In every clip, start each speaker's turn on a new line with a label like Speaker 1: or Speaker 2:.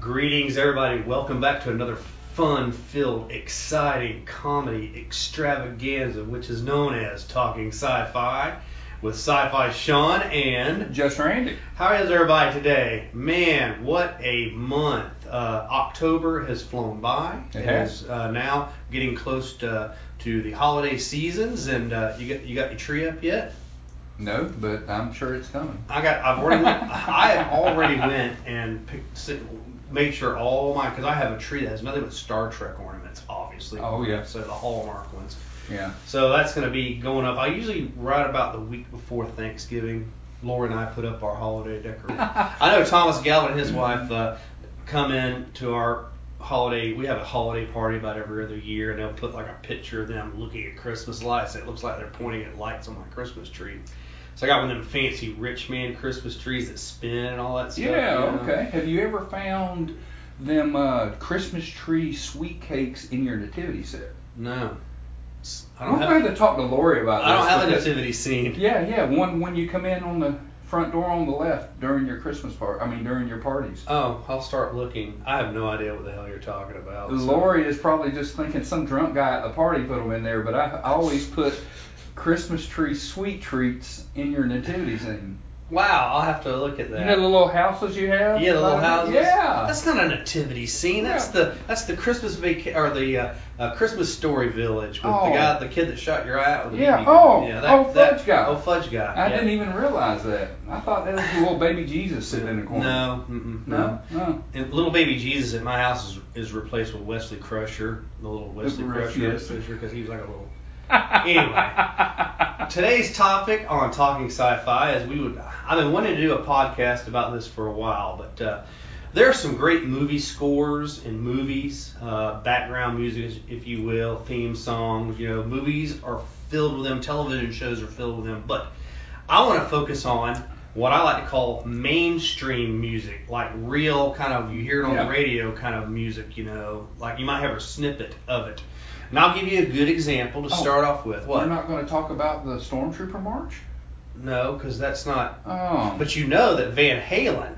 Speaker 1: Greetings, everybody. Welcome back to another fun filled, exciting comedy extravaganza, which is known as Talking Sci Fi with Sci Fi Sean. And
Speaker 2: Just Randy.
Speaker 1: how is everybody today? Man, what a month. Uh, October has flown by.
Speaker 2: It has.
Speaker 1: is, uh, now getting close to, to the holiday seasons, and uh, you, got, you got your tree up yet?
Speaker 2: No, but I'm sure it's coming.
Speaker 1: I got. I've already. Went, I have already went and picked, si- made sure all my because I have a tree that has nothing but Star Trek ornaments, obviously.
Speaker 2: Oh, yeah.
Speaker 1: So the hallmark ones.
Speaker 2: Yeah.
Speaker 1: So that's going to be going up. I usually right about the week before Thanksgiving. Laura and I put up our holiday decoration. I know Thomas Galvin and his wife uh, come in to our holiday. We have a holiday party about every other year, and they'll put like a picture of them looking at Christmas lights. It looks like they're pointing at lights on my Christmas tree. So I got one of them fancy rich man Christmas trees that spin and all that stuff.
Speaker 2: yeah,
Speaker 1: you know?
Speaker 2: okay. Have you ever found them uh, Christmas tree sweet cakes in your nativity set?
Speaker 1: No, It's- I
Speaker 2: We're
Speaker 1: don't
Speaker 2: going
Speaker 1: have.
Speaker 2: to talk to Lori about
Speaker 1: I don't
Speaker 2: this.
Speaker 1: have a
Speaker 2: because-
Speaker 1: nativity scene.
Speaker 2: Yeah, yeah. One when you come in on the front door on the left during your Christmas party. I mean during your parties.
Speaker 1: Oh, I'll start looking. I have no idea what the hell you're talking
Speaker 2: Oh,
Speaker 1: about. so-
Speaker 2: Lori is probably just thinking some drunk guy at the party put them in there, but I, I always put Christmas tree sweet treats in your nativity scene.
Speaker 1: Wow, I'll have to look at that.
Speaker 2: You know the little houses you have?
Speaker 1: yeah, the little
Speaker 2: by
Speaker 1: houses.
Speaker 2: Yeah.
Speaker 1: that's not a nativity scene. That's
Speaker 2: Yeah.
Speaker 1: the that's the Christmas vaca- or the uh, uh, Christmas story village with
Speaker 2: Oh.
Speaker 1: the guy, the kid that shot your eye out with the
Speaker 2: Yeah,
Speaker 1: BB
Speaker 2: oh,
Speaker 1: gun. yeah,
Speaker 2: oh, fudge guy.
Speaker 1: oh fudge guy.
Speaker 2: I
Speaker 1: yeah.
Speaker 2: didn't even realize that. I thought that was the little baby Jesus sitting in the corner.
Speaker 1: No, mm-mm,
Speaker 2: No? No.
Speaker 1: And little baby Jesus at my house is, is replaced with Wesley Crusher, the little Wesley
Speaker 2: Re-
Speaker 1: Crusher,
Speaker 2: yes.
Speaker 1: because he was like a little. anyway, today's topic on talking sci-fi is we would. I've been wanting to do a podcast about this for a while, but uh, there are some great movie scores in movies, uh, background music, if you will, theme songs. You know, movies are filled with them. Television shows are filled with them, but I want to focus on what I like to call mainstream music, like real kind of you hear it on
Speaker 2: Yeah.
Speaker 1: the radio kind of music, you know, like you might have a snippet of it. And I'll give you a good example to
Speaker 2: Oh.
Speaker 1: start off with.
Speaker 2: We're
Speaker 1: What?
Speaker 2: not going to talk about the Stormtrooper March?
Speaker 1: no, because that's not.
Speaker 2: Oh.
Speaker 1: But you know that Van Halen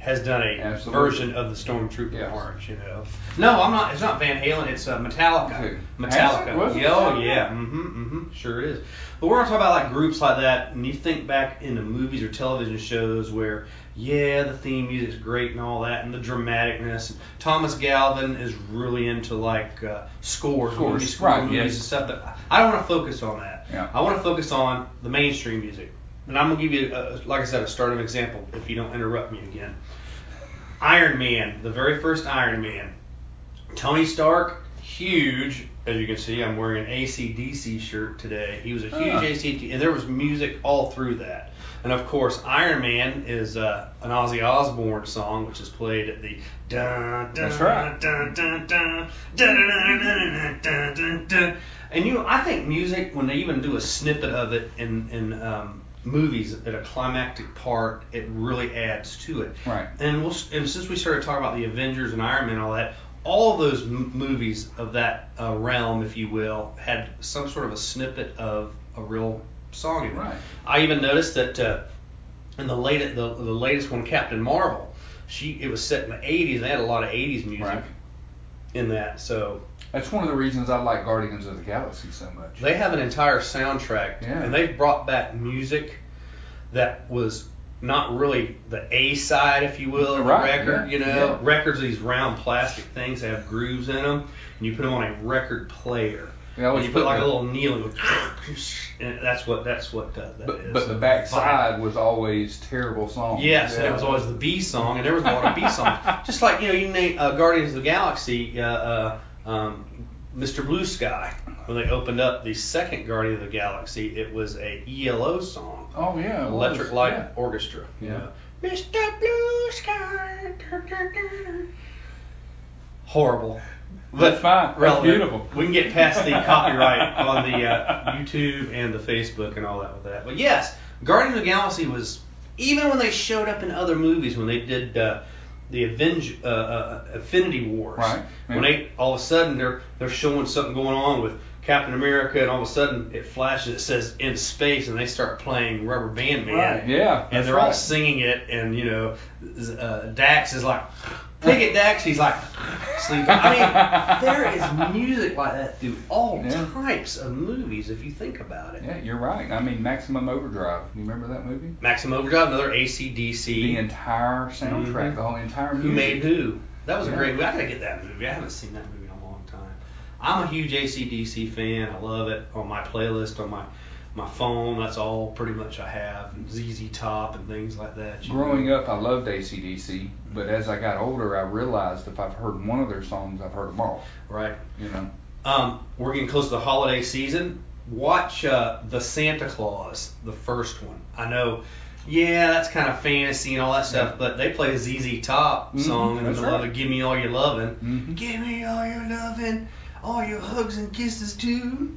Speaker 1: has done a
Speaker 2: Absolutely.
Speaker 1: version of the Stormtrooper
Speaker 2: Yes.
Speaker 1: march, you know. No, I'm not. It's not Van Halen. It's uh, Metallica.
Speaker 2: Who?
Speaker 1: Metallica.
Speaker 2: Has it? Was it
Speaker 1: Yeah, oh
Speaker 2: Metallica?
Speaker 1: yeah. Mm-hmm. Mm-hmm. Sure is. But we're gonna talk about like groups like that, and you think back into movies or television shows where, yeah, the theme music's great and all that, and the dramaticness. Thomas Galvin is really into like uh, scores,
Speaker 2: Scores,
Speaker 1: movie score
Speaker 2: right,
Speaker 1: movies
Speaker 2: yes.
Speaker 1: and stuff. That I don't want to focus on that.
Speaker 2: Yeah.
Speaker 1: I want to focus on the mainstream music. And I'm gonna give you, a, like I said, a start of an example if you don't interrupt me again. Iron Man, the very first Iron Man. Tony Stark, huge. As you can see, I'm wearing an ACDC shirt today. He was a huge
Speaker 2: Huh.
Speaker 1: ACDC, and there was music all through that. And of course, Iron Man is uh, an Ozzy Osbourne song, which is played at the. Dun, dun,
Speaker 2: That's right.
Speaker 1: Dun, dun, dun, dun, dun, dun, dun, dun, dun, dun. And you know, I think music, when they even do a snippet of it in, in um, movies at a climactic part, it really adds to it.
Speaker 2: Right.
Speaker 1: And we'll, and since we started talking about the Avengers and Iron Man and all that, all those m- movies of that uh, realm, if you will, had some sort of a snippet of a real song in it.
Speaker 2: Right.
Speaker 1: I even noticed that uh, in the late the, the latest one, Captain Marvel, she it was set in the 80s. They had a lot of 80s music
Speaker 2: Right.
Speaker 1: in that, so
Speaker 2: That's one of the reasons I like Guardians of the Galaxy so much.
Speaker 1: They have an entire soundtrack,
Speaker 2: Yeah.
Speaker 1: and they've brought back music that was not really the A side, if you will, of the
Speaker 2: Right,
Speaker 1: record.
Speaker 2: yeah,
Speaker 1: You know,
Speaker 2: yeah.
Speaker 1: records are these round plastic things that have grooves in them, and you put them on a record player.
Speaker 2: They always
Speaker 1: and you put like
Speaker 2: the-
Speaker 1: a little needle, and, go, and that's what that's what uh, that is.
Speaker 2: But, but the back side was always terrible songs.
Speaker 1: Yes, and
Speaker 2: Yeah.
Speaker 1: it was always the B song, and there was a lot of B songs. Just like you know, you name uh, Guardians of the Galaxy, uh, uh, um, Mr. Blue Sky. When they opened up the second Guardian of the Galaxy, it was a ELO song,
Speaker 2: Oh, yeah. it was.
Speaker 1: Electric Light
Speaker 2: Yeah.
Speaker 1: Orchestra. you
Speaker 2: Yeah.
Speaker 1: know. Mr. Blue Sky. da, da, da. Horrible.
Speaker 2: That's fine. That's
Speaker 1: relevant.
Speaker 2: beautiful.
Speaker 1: We can get past the copyright on the uh, YouTube and the Facebook and all that with that. But yes, Guardians of the Galaxy was even when they showed up in other movies when they did uh, the Avenge, uh, uh, Affinity Wars.
Speaker 2: Right.
Speaker 1: When they all of a sudden they're they're showing something going on with Captain America, and all of a sudden it flashes. It says in space, and they start playing Rubber Band Man.
Speaker 2: Right, yeah,
Speaker 1: And
Speaker 2: that's
Speaker 1: they're all
Speaker 2: right.
Speaker 1: singing it, and you know, z- uh, Dax is like, "Take it, Dax." He's like, "Sleep." I mean, there is music like that through all
Speaker 2: Yeah.
Speaker 1: types of movies if you think about it.
Speaker 2: Yeah, you're right. I mean, Maximum Overdrive. You remember that movie?
Speaker 1: Maximum Overdrive, another ACDC.
Speaker 2: The entire soundtrack,
Speaker 1: Mhm.
Speaker 2: the whole entire music.
Speaker 1: Who Made Who. That was a
Speaker 2: Yeah.
Speaker 1: great movie. I gotta get that movie. I haven't seen that movie in a long time. I'm a huge ACDC fan. I love it on my playlist on my my phone. That's all pretty much I have. And ZZ Top and things like that.
Speaker 2: Growing up, I loved ACDC, but as I got older, I realized if I've heard one of their songs, I've heard them all.
Speaker 1: Right.
Speaker 2: You know,
Speaker 1: Um, we're getting close to the holiday season. Watch uh, the Santa Claus, the first one. I know. Yeah, that's kind of fantasy and all that stuff, but they play a ZZ Top
Speaker 2: Mhm,
Speaker 1: song in the
Speaker 2: that's
Speaker 1: middle
Speaker 2: right.
Speaker 1: of "Give Me All Your Lovin'."
Speaker 2: Mhm.
Speaker 1: Give me all your lovin', all your hugs and kisses too.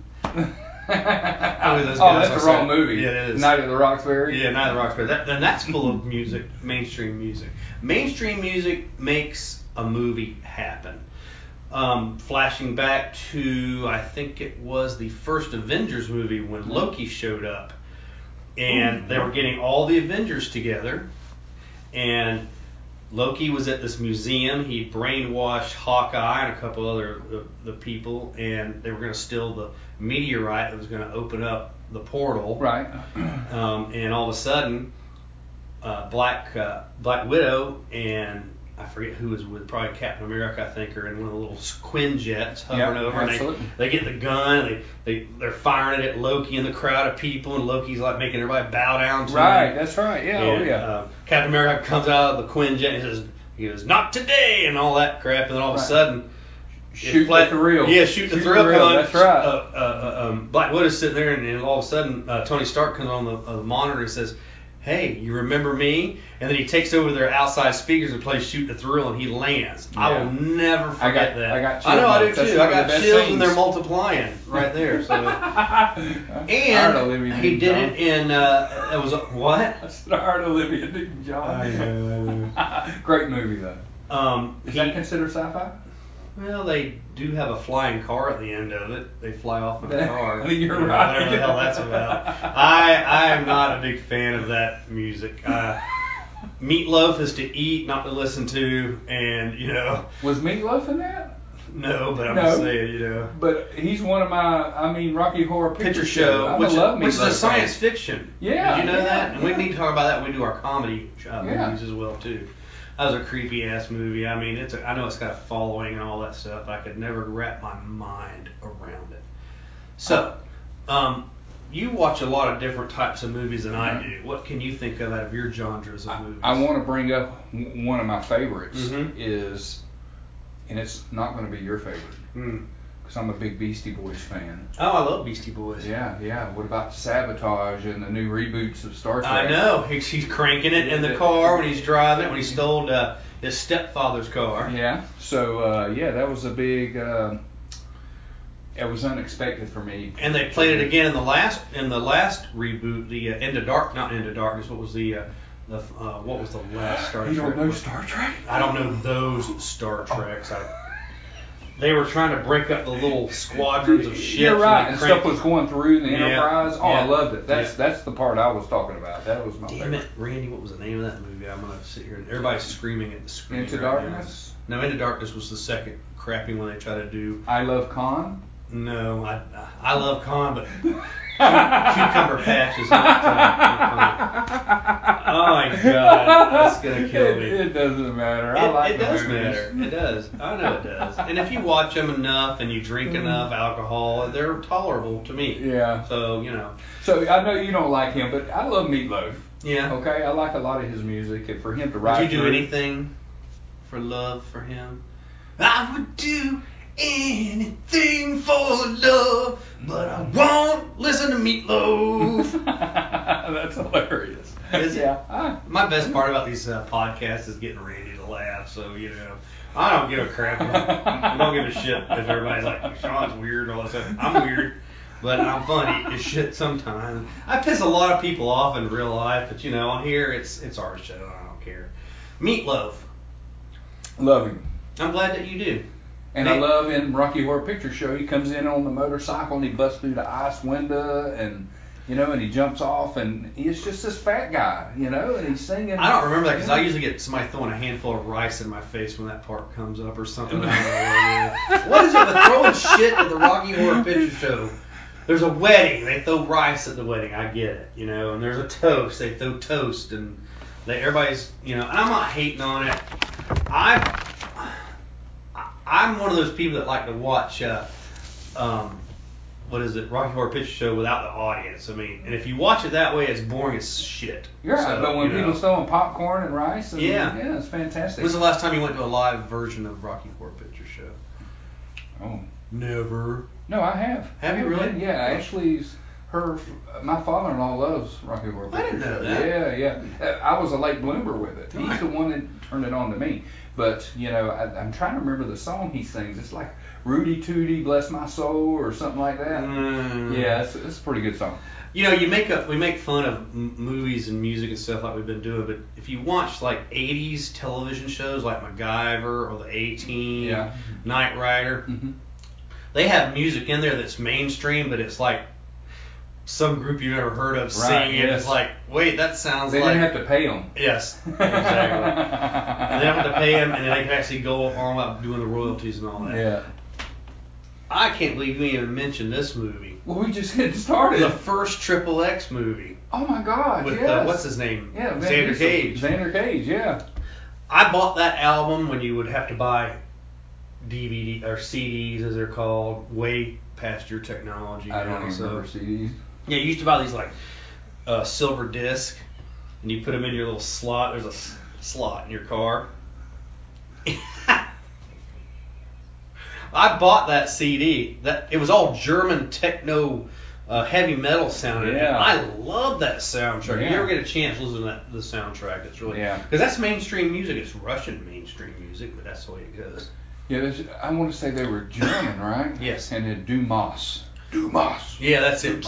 Speaker 2: I
Speaker 1: those
Speaker 2: oh,
Speaker 1: guys
Speaker 2: that's the
Speaker 1: are
Speaker 2: wrong
Speaker 1: so-
Speaker 2: movie.
Speaker 1: Yeah, it is.
Speaker 2: Night of the Roxbury.
Speaker 1: Yeah, neither Roxbury. That, and that's full of music, mainstream music. Mainstream music makes a movie happen. Um, flashing back to, I think it was the first Avengers movie when Loki showed up, and they were getting all the Avengers together, and Loki was at this museum. He brainwashed Hawkeye and a couple other the, the people, and they were going to steal the meteorite that was going to open up the portal.
Speaker 2: Right.
Speaker 1: Um, and all of a sudden, uh, Black uh, Black Widow and I forget who was with probably Captain America I think are in one of the little Quinjets hovering
Speaker 2: Yeah,
Speaker 1: over.
Speaker 2: absolutely.
Speaker 1: And they, they get the gun. And they they they're firing it at Loki and the crowd of people, and Loki's like making everybody bow down to
Speaker 2: Right.
Speaker 1: him.
Speaker 2: That's right. Yeah.
Speaker 1: and,
Speaker 2: oh yeah.
Speaker 1: um, Captain America comes out of the Quinjet and says, "He goes, not today," and all that crap. And then all of a
Speaker 2: Right.
Speaker 1: sudden.
Speaker 2: shoot
Speaker 1: It's like-
Speaker 2: the thrill.
Speaker 1: Yeah, shoot, the thrill. punch.
Speaker 2: That's right.
Speaker 1: Uh, uh, uh, um, Black Widow's sitting there, and, then all of a sudden, uh, Tony Stark comes on the, uh, the monitor and says, "Hey, you remember me?" And then he takes over their outside speakers and plays "Shoot the Thrill," and he lands. I
Speaker 2: Yeah.
Speaker 1: will never
Speaker 2: I
Speaker 1: forget
Speaker 2: got-
Speaker 1: that.
Speaker 2: I got
Speaker 1: I know,
Speaker 2: chills.
Speaker 1: I do
Speaker 2: That's
Speaker 1: too.
Speaker 2: one
Speaker 1: I
Speaker 2: of the
Speaker 1: got
Speaker 2: best
Speaker 1: chills,
Speaker 2: scenes.
Speaker 1: and they're multiplying right there. So,
Speaker 2: Tired of
Speaker 1: uh, and
Speaker 2: Olivia
Speaker 1: he did
Speaker 2: Newton-John.
Speaker 1: it in. Uh, it was a- what?
Speaker 2: I starred Olivia Newton-John.
Speaker 1: I know.
Speaker 2: Great movie though.
Speaker 1: Um,
Speaker 2: Is
Speaker 1: he-
Speaker 2: that considered sci-fi?
Speaker 1: Well, they do have a flying car at the end of it. They fly off in a car.
Speaker 2: You're
Speaker 1: You know,
Speaker 2: right.
Speaker 1: Whatever the hell that's about. I I am not a big fan of that music. Uh, meatloaf is to eat, not to listen to, and you know,
Speaker 2: Was Meatloaf in that?
Speaker 1: no. But I'm
Speaker 2: No.
Speaker 1: just saying, you know,
Speaker 2: But he's one of my, I mean, Rocky Horror Picture,
Speaker 1: Picture Show,
Speaker 2: I'm
Speaker 1: which,
Speaker 2: a love
Speaker 1: which is
Speaker 2: Meatloaf
Speaker 1: a
Speaker 2: fan.
Speaker 1: science fiction.
Speaker 2: Yeah,
Speaker 1: Did you know
Speaker 2: yeah,
Speaker 1: that? And
Speaker 2: yeah.
Speaker 1: we need to talk about that when we do our comedy uh,
Speaker 2: Yeah.
Speaker 1: movies as well too. That was a creepy ass movie. I mean, it's a, I know it's got a following and all that stuff. But I could never wrap my mind around it. So, um, you watch a lot of different types of movies than I do. What can you think of out of your genres of
Speaker 2: Mm-hmm. I,
Speaker 1: movies?
Speaker 2: I want to bring up w- one of my favorites
Speaker 1: Mhm.
Speaker 2: is, and it's not going to be your favorite
Speaker 1: Hmm.
Speaker 2: because I'm a big Beastie Boys fan.
Speaker 1: Oh, I love Beastie Boys.
Speaker 2: Yeah, yeah. What about Sabotage and the new reboots of Star Trek?
Speaker 1: I know. He's, he's cranking it in the car when he's driving it when he stole uh, his stepfather's car.
Speaker 2: Yeah. So uh, yeah, that was a big. Uh, it was unexpected for me.
Speaker 1: And they played it again in the last in the last reboot, the uh, End of Dark, not End of Darkness. What was the uh, the uh, what was the last Star
Speaker 2: You
Speaker 1: Trek?
Speaker 2: don't know
Speaker 1: one?
Speaker 2: Star Trek?
Speaker 1: I don't know those Star Treks. I, they were trying to break up the little squadrons of ships.
Speaker 2: You're right.
Speaker 1: they
Speaker 2: And
Speaker 1: cranked-
Speaker 2: stuff was going through the
Speaker 1: Yeah.
Speaker 2: Enterprise. Oh, I
Speaker 1: Yeah.
Speaker 2: loved it. That's
Speaker 1: Yeah.
Speaker 2: that's the part I was talking about. That was my
Speaker 1: Damn
Speaker 2: favorite.
Speaker 1: it, Randy! What was the name of that movie? I'm gonna sit here and everybody's screaming at the screen.
Speaker 2: Into
Speaker 1: right
Speaker 2: Darkness.
Speaker 1: Now. No, Into Darkness was the second crappy one they tried to do.
Speaker 2: I love Khan.
Speaker 1: No, I I love Khan, but cucumber patch is not. Uh, oh my God, that's gonna kill
Speaker 2: It,
Speaker 1: me.
Speaker 2: it doesn't matter.
Speaker 1: It,
Speaker 2: I like
Speaker 1: it
Speaker 2: the
Speaker 1: does
Speaker 2: movies.
Speaker 1: matter. It does. I know it does. And if you watch them enough and you drink enough alcohol, they're tolerable to me.
Speaker 2: Yeah.
Speaker 1: So you know,
Speaker 2: So I know you don't like him, but I love Meatloaf.
Speaker 1: yeah.
Speaker 2: Okay, I like a lot of his music, and for him to write.
Speaker 1: Would you do
Speaker 2: Oh, through-
Speaker 1: anything for love for him? I would do anything for love, but I won't listen to Meatloaf.
Speaker 2: That's hilarious.
Speaker 1: Is it?
Speaker 2: yeah. Ah,
Speaker 1: My best part about these uh, podcasts is getting Randy to laugh. So you know, I don't give a crap. I don't give a shit if everybody's like, Sean's weird. All that stuff. I'm weird, but I'm funny as shit sometimes. I piss a lot of people off in real life, but you know, on here it's it's our show. I don't care. Meatloaf.
Speaker 2: Love him.
Speaker 1: I'm glad that you do.
Speaker 2: And
Speaker 1: They-
Speaker 2: I love in Rocky Horror Picture Show, he comes in on the motorcycle and he busts through the ice window and you know, and he jumps off and he's just this fat guy, you know, and he's singing.
Speaker 1: I don't remember that because I usually get somebody throwing a handful of rice in my face when that part comes up or something. I don't know what, it is. What is it with throwing shit at the Rocky Horror Picture Show? There's a wedding, they throw rice at the wedding. I get it, you know. And there's a toast, they throw toast, and they, everybody's, you know. And I'm not hating on it. I, I- I'm one of those people that like to watch. Uh, um, what is it, Rocky Horror Picture Show without the audience? I mean, and if you watch it that way, it's boring as shit.
Speaker 2: Yeah,
Speaker 1: So,
Speaker 2: but when
Speaker 1: you know.
Speaker 2: people throwing popcorn and rice, and,
Speaker 1: Yeah.
Speaker 2: yeah, it's fantastic.
Speaker 1: When's the last time you went to a live version of Rocky Horror Picture Show?
Speaker 2: oh.
Speaker 1: Never.
Speaker 2: No, I have.
Speaker 1: Have
Speaker 2: I
Speaker 1: you really?
Speaker 2: been- Yeah, Ashley's. Her, my father-in-law loves Rocky Horror.
Speaker 1: I didn't
Speaker 2: Picture
Speaker 1: know
Speaker 2: Show.
Speaker 1: that.
Speaker 2: Yeah, yeah. Uh, I was a late bloomer with it. He's
Speaker 1: Right.
Speaker 2: the one that turned it on to me. But you know, I, I'm trying to remember the song he sings. It's like Rudy Tootie, Bless My Soul, or something like that.
Speaker 1: Mm.
Speaker 2: Yeah, it's, it's a pretty good song.
Speaker 1: You know, you make up, we make fun of m- movies and music and stuff like we've been doing, but if you watch like 80s television shows like MacGyver or The A Team,
Speaker 2: Yeah.
Speaker 1: Knight Rider,
Speaker 2: Mm-hmm.
Speaker 1: they have music in there that's mainstream, but it's like some group you've never heard of singing it.
Speaker 2: yes.
Speaker 1: It's like, wait, that sounds
Speaker 2: They
Speaker 1: like.
Speaker 2: didn't have to pay them.
Speaker 1: yes, exactly. and they don't have to pay them, and then they can actually go on about doing the royalties and all that.
Speaker 2: Yeah.
Speaker 1: I can't believe you even mentioned this movie.
Speaker 2: Well, we just getting started.
Speaker 1: The first Triple X movie
Speaker 2: Oh my God!
Speaker 1: with
Speaker 2: yes.
Speaker 1: uh, what's his name?
Speaker 2: Yeah, Van
Speaker 1: Xander
Speaker 2: Diesel.
Speaker 1: Cage.
Speaker 2: Xander Cage, yeah.
Speaker 1: I bought that album when you would have to buy DVD or CDs as they're called, way past your technology.
Speaker 2: I don't
Speaker 1: now,
Speaker 2: even
Speaker 1: so-
Speaker 2: remember CDs.
Speaker 1: Yeah, you used to buy these like uh, silver disc, and you put them in your little slot. There's a s- slot in your car. I bought that CD. That it was all German techno, uh, heavy metal sounding. and
Speaker 2: Yeah.
Speaker 1: I love that soundtrack. If
Speaker 2: Yeah.
Speaker 1: you ever get a chance, listen to that, the soundtrack. It's really
Speaker 2: Yeah.
Speaker 1: because that's mainstream music. It's Russian mainstream music, but that's the way it goes.
Speaker 2: Yeah, there's, I want to say they were German, right?
Speaker 1: Yes.
Speaker 2: And then Dumas. Dumas.
Speaker 1: Yeah, that's it.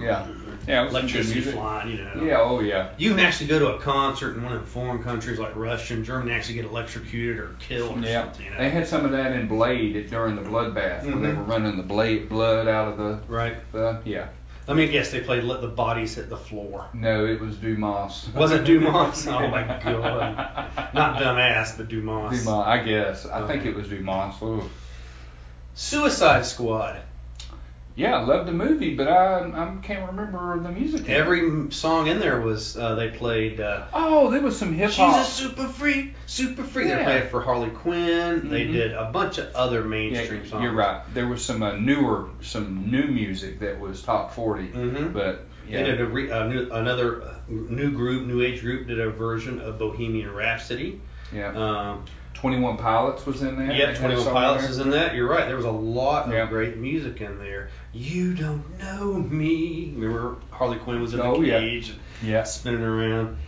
Speaker 2: Yeah. Yeah. it was some good
Speaker 1: Electricity
Speaker 2: music.
Speaker 1: flying, you know.
Speaker 2: Yeah. Oh yeah.
Speaker 1: You can actually go to a concert in one of the foreign countries like Russia and Germany and actually get electrocuted or killed or
Speaker 2: Yeah.
Speaker 1: something. You know?
Speaker 2: They had some of that in Blade at- during the bloodbath when they
Speaker 1: Mhm.
Speaker 2: were running the blade blood out of the.
Speaker 1: Right.
Speaker 2: the yeah.
Speaker 1: Let me guess. They played "Let the Bodies Hit the Floor."
Speaker 2: No, it was Dumas.
Speaker 1: Was it Dumas? oh my god. Not dumbass, but Dumas.
Speaker 2: Dumas. I guess. I think
Speaker 1: Okay.
Speaker 2: it was Dumas. Ooh.
Speaker 1: Suicide Squad.
Speaker 2: Yeah, I loved the movie, but I, I can't remember the music.
Speaker 1: Every m- song in there was uh, they played. Uh,
Speaker 2: Oh, there was some hip
Speaker 1: She's a
Speaker 2: hop.
Speaker 1: super freak, super freak. They
Speaker 2: Yeah.
Speaker 1: played it for Harley Quinn. They
Speaker 2: Mhm.
Speaker 1: did a bunch of other mainstream
Speaker 2: Yeah,
Speaker 1: songs.
Speaker 2: You're right. There was some uh, newer, some new music that was top 40,
Speaker 1: Mhm.
Speaker 2: but yeah,
Speaker 1: They did a re, a new, another uh, new group, new age group, did a version of Bohemian Rhapsody.
Speaker 2: yeah.
Speaker 1: Um,
Speaker 2: 21 Pilots was in there. They
Speaker 1: yep,
Speaker 2: had a
Speaker 1: 21
Speaker 2: song
Speaker 1: Pilots
Speaker 2: there.
Speaker 1: is in that. You're right. There was a lot of
Speaker 2: Yeah.
Speaker 1: great music in there. You don't know me. Remember Harley Quinn was in
Speaker 2: Oh,
Speaker 1: the
Speaker 2: yeah.
Speaker 1: cage,
Speaker 2: Yeah.
Speaker 1: spinning around.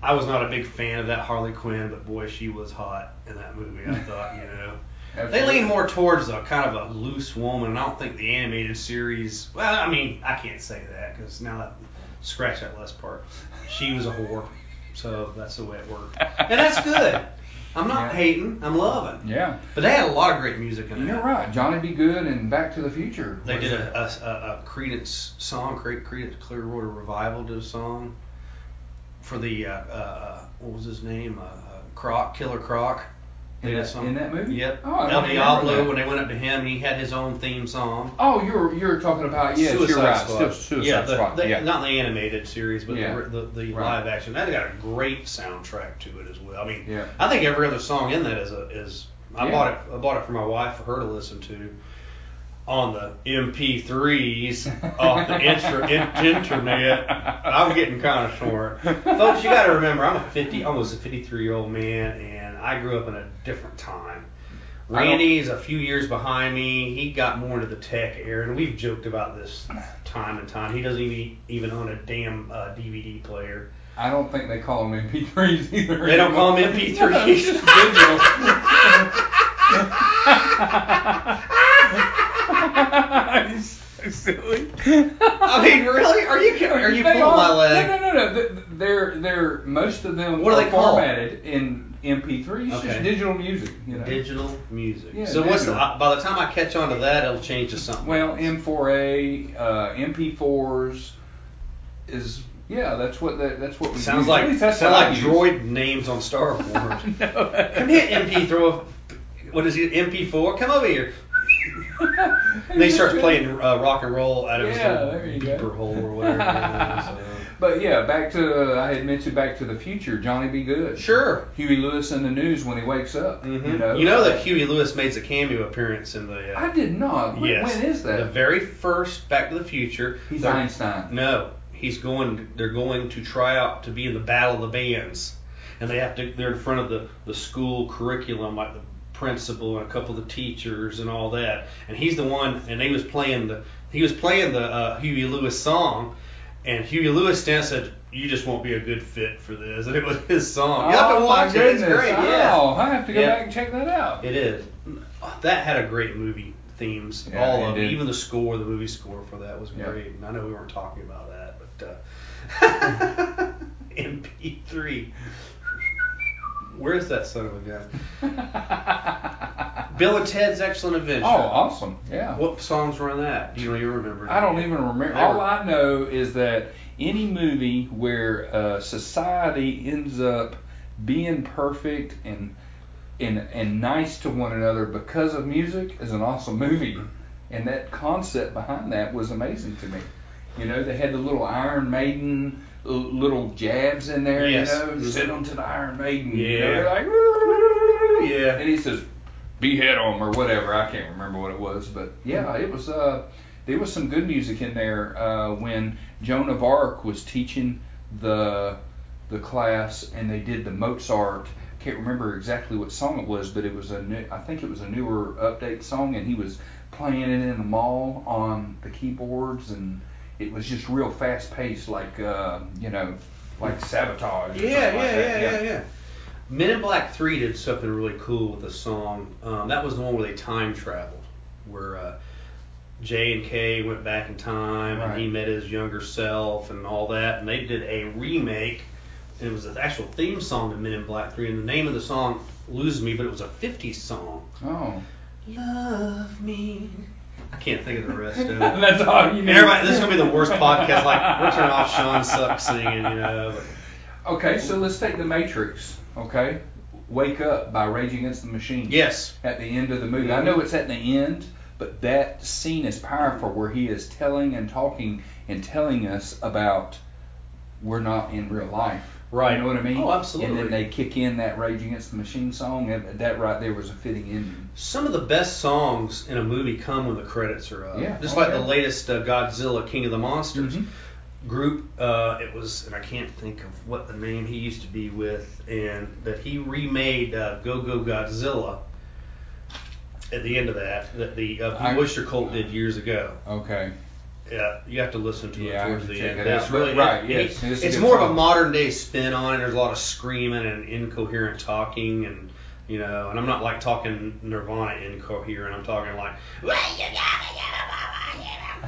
Speaker 1: I was not a big fan of that Harley Quinn, but boy, she was hot in that movie. I thought, you know, they
Speaker 2: absolutely.
Speaker 1: lean more towards a kind of a loose woman. and I don't think the animated series. Well, I mean, I can't say that because now that scratch that last part. She was a whore, so that's the way it worked, and that's good. I'm not
Speaker 2: Yeah.
Speaker 1: hating. I'm loving.
Speaker 2: Yeah.
Speaker 1: But they had a lot of great music in there.
Speaker 2: You're right. Johnny Be Good and Back to the Future.
Speaker 1: They
Speaker 2: was-
Speaker 1: did a, a, a, a Credence song, Cre- Credence Clearwater Revival did a song for the, uh, uh, what was his name? Uh, uh, Croc, Killer Croc. They
Speaker 2: In
Speaker 1: did a
Speaker 2: that- in that movie?
Speaker 1: Yep.
Speaker 2: Oh, I
Speaker 1: El
Speaker 2: remember
Speaker 1: Diablo,
Speaker 2: that.
Speaker 1: when they went up to him, he had his own theme song.
Speaker 2: Oh, you're you're talking about yes,
Speaker 1: Suicide
Speaker 2: you're right.
Speaker 1: Squad.
Speaker 2: Still Suicide
Speaker 1: yeah, the,
Speaker 2: Squad.
Speaker 1: the-
Speaker 2: yeah.
Speaker 1: Not the animated series, but
Speaker 2: Yeah.
Speaker 1: the, the, the
Speaker 2: Right.
Speaker 1: live action. That got a great soundtrack to it as well. I mean,
Speaker 2: Yeah.
Speaker 1: I think every other song in that is a is. I
Speaker 2: Yeah.
Speaker 1: bought it. I bought it for my wife for her to listen to on the MP3s off the intra, in, internet. I'm getting kind of short, folks. You got to remember, I'm a 50, almost a 53 year old man, and I grew up in a different time.
Speaker 2: I don't-
Speaker 1: Randy's a few years behind me. He got more into the tech era, and we've joked about this time and time. He doesn't even even own a damn uh, DVD player.
Speaker 2: I don't think they call them MP3s either.
Speaker 1: They don't call 'em
Speaker 2: anymore.
Speaker 1: MP3s.
Speaker 2: No, it's just digital. He's so
Speaker 3: silly.
Speaker 1: I mean, really? Are you are you
Speaker 2: They
Speaker 1: pulling
Speaker 2: are-
Speaker 1: my leg?
Speaker 2: No, no, no, no. Th- They're they're most of them
Speaker 1: What are
Speaker 2: are
Speaker 1: they called?
Speaker 2: formatted in MP3. It's
Speaker 1: Okay.
Speaker 2: just digital music, you know.
Speaker 1: Digital music.
Speaker 2: Yeah,
Speaker 1: so what's the,
Speaker 2: digital.
Speaker 1: uh, by the time I catch on to that, it'll change to something.
Speaker 2: well,
Speaker 1: else.
Speaker 2: M4A, uh, MP4s is yeah. That's what that, that's what we
Speaker 1: sounds
Speaker 2: use. At
Speaker 1: like
Speaker 2: least
Speaker 1: sounds
Speaker 2: that's what I
Speaker 1: like
Speaker 2: use.
Speaker 1: droid names on Star Wars.
Speaker 3: no.
Speaker 1: Come here, MP3. What is it? MP4. Come over here. And they start playing uh, rock and roll out of his
Speaker 2: Yeah,
Speaker 1: little
Speaker 2: there you go.
Speaker 1: beeper hole or whatever. it
Speaker 2: But yeah, back to I had mentioned Back to the Future, Johnny B. Good.
Speaker 1: is, so. uh. Sure.
Speaker 2: Huey Lewis in the news when he wakes up.
Speaker 1: hmm
Speaker 2: You know.
Speaker 1: that Huey Lewis makes a cameo appearance in the. Uh,
Speaker 2: I did not. When,
Speaker 1: yes.
Speaker 2: when is
Speaker 1: The
Speaker 2: that?
Speaker 1: very first Back to the Future.
Speaker 2: He's
Speaker 1: They're-
Speaker 2: Einstein.
Speaker 1: No, he's going. They're going to try out to be in the Battle of the Bands, and they have to. They're in front of the the school curriculum, like the principal and a couple of the teachers and all that. And he's the one. And they was playing the. He was playing the uh, Huey Lewis song, and Huey Lewis then said, "You just won't be a good fit for this." And it was his song. you have
Speaker 2: Oh,
Speaker 1: to watch
Speaker 2: my
Speaker 1: it. It's
Speaker 2: goodness.
Speaker 1: great.
Speaker 2: Oh, I have to go
Speaker 1: Yeah.
Speaker 2: back and check that out.
Speaker 1: Yeah, it is. That had a great movie themes.
Speaker 2: Yeah,
Speaker 1: all
Speaker 2: it
Speaker 1: of them.
Speaker 2: did.
Speaker 1: Even the score, the movie score for that was
Speaker 2: Yeah.
Speaker 1: great. And I know we weren't talking about that, but uh, MP3. Where's that son of a gun? Bill and Ted's Excellent
Speaker 2: oh,
Speaker 1: Adventure.
Speaker 2: awesome. Yeah.
Speaker 1: What songs were on that? Do you know you remember?
Speaker 2: I don't even remember.
Speaker 1: They
Speaker 2: All
Speaker 1: were-
Speaker 2: I know is that any movie where uh, society ends up being perfect and and and nice to one another because of music is an awesome movie, and that concept behind that was amazing to me. You know, they had the little Iron Maiden l- little jabs in there.
Speaker 1: Yes.
Speaker 2: You know, send them to the Iron Maiden. You
Speaker 1: Yeah.
Speaker 2: know, they're like,
Speaker 1: Yeah.
Speaker 2: And he says, behead them or whatever. I can't remember what it was, but yeah, it was. Uh, there was some good music in there uh, when Joan of Arc was teaching the the class, and they did the Mozart. Can't remember exactly what song it was, but it was a new. I think it was a newer update song, and he was playing it in the mall on the keyboards, and it was just real fast paced, like uh, you know, like sabotage. or
Speaker 1: Yeah,
Speaker 2: something like
Speaker 1: yeah,
Speaker 2: that.
Speaker 1: yeah, yeah, yeah. Men in Black Three did something really cool with a song. Um, that was the one where they time traveled, where uh, J and K went back in time and he
Speaker 2: Right.
Speaker 1: met his younger self and all that. And they did a remake. And it was the actual theme song to Men in Black Three, and the name of the song loses me, but it was a '50s song.
Speaker 2: Oh,
Speaker 1: Love me. I can't think of the rest of it.
Speaker 2: that's all you need.
Speaker 1: Everybody, this is gonna be the worst podcast. Like we're turning off Sean Suck singing, you know. but-
Speaker 2: Okay, so let's take The Matrix. Okay, Wake Up by Rage Against the Machine.
Speaker 1: yes.
Speaker 2: At the end of the movie, I know it's at the end, but that scene is powerful where he is telling and talking and telling us about we're not in real life.
Speaker 1: Right.
Speaker 2: You know what I mean?
Speaker 1: Oh, absolutely.
Speaker 2: And then they kick in that Rage Against the Machine song, and that right there was a fitting ending.
Speaker 1: Some of the best songs in a movie come when the credits are up.
Speaker 2: Yeah.
Speaker 1: Just
Speaker 2: Oh,
Speaker 1: like
Speaker 2: yeah.
Speaker 1: the latest uh, Godzilla, King of the Monsters
Speaker 2: Mhm.
Speaker 1: group. Uh, it was, and I can't think of what the name he used to be with, and that he remade uh, Go Go Godzilla at the end of that, that the uh,
Speaker 2: I-
Speaker 1: Blue Oyster Cult did years ago.
Speaker 2: Okay.
Speaker 1: Yeah, you have to listen to
Speaker 2: Yeah, I
Speaker 1: it towards
Speaker 2: have to
Speaker 1: the
Speaker 2: check
Speaker 1: end.
Speaker 2: it
Speaker 1: That's
Speaker 2: out, but-
Speaker 1: really
Speaker 2: right,
Speaker 1: it-
Speaker 2: yes,
Speaker 1: it-
Speaker 2: it's
Speaker 1: it's,
Speaker 2: a good
Speaker 1: more of a
Speaker 2: song.
Speaker 1: modern day spin on it. There's a lot of screaming and incoherent talking, and you know, and I'm not like talking Nirvana incoherent. I'm talking like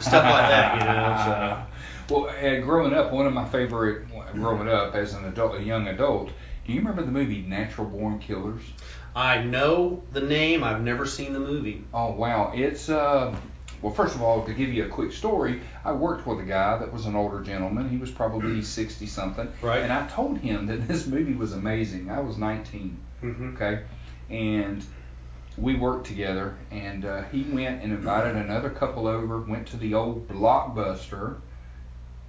Speaker 1: stuff like that, you know.
Speaker 2: Well, uh, growing up, one of my favorite growing up as an adult, a young adult. Do you remember the movie Natural Born Killers?
Speaker 1: So I know the name. I've never seen the movie.
Speaker 2: Oh wow, it's uh, well. First of all, to give you a quick story, I worked with a guy that was an older gentleman. He was probably sixty something,
Speaker 1: Mm. Right.
Speaker 2: And I told him that this movie was amazing. I was nineteen,
Speaker 1: Mm-hmm.
Speaker 2: okay, and we worked together. And uh, he went and invited another couple over. Went to the old Blockbuster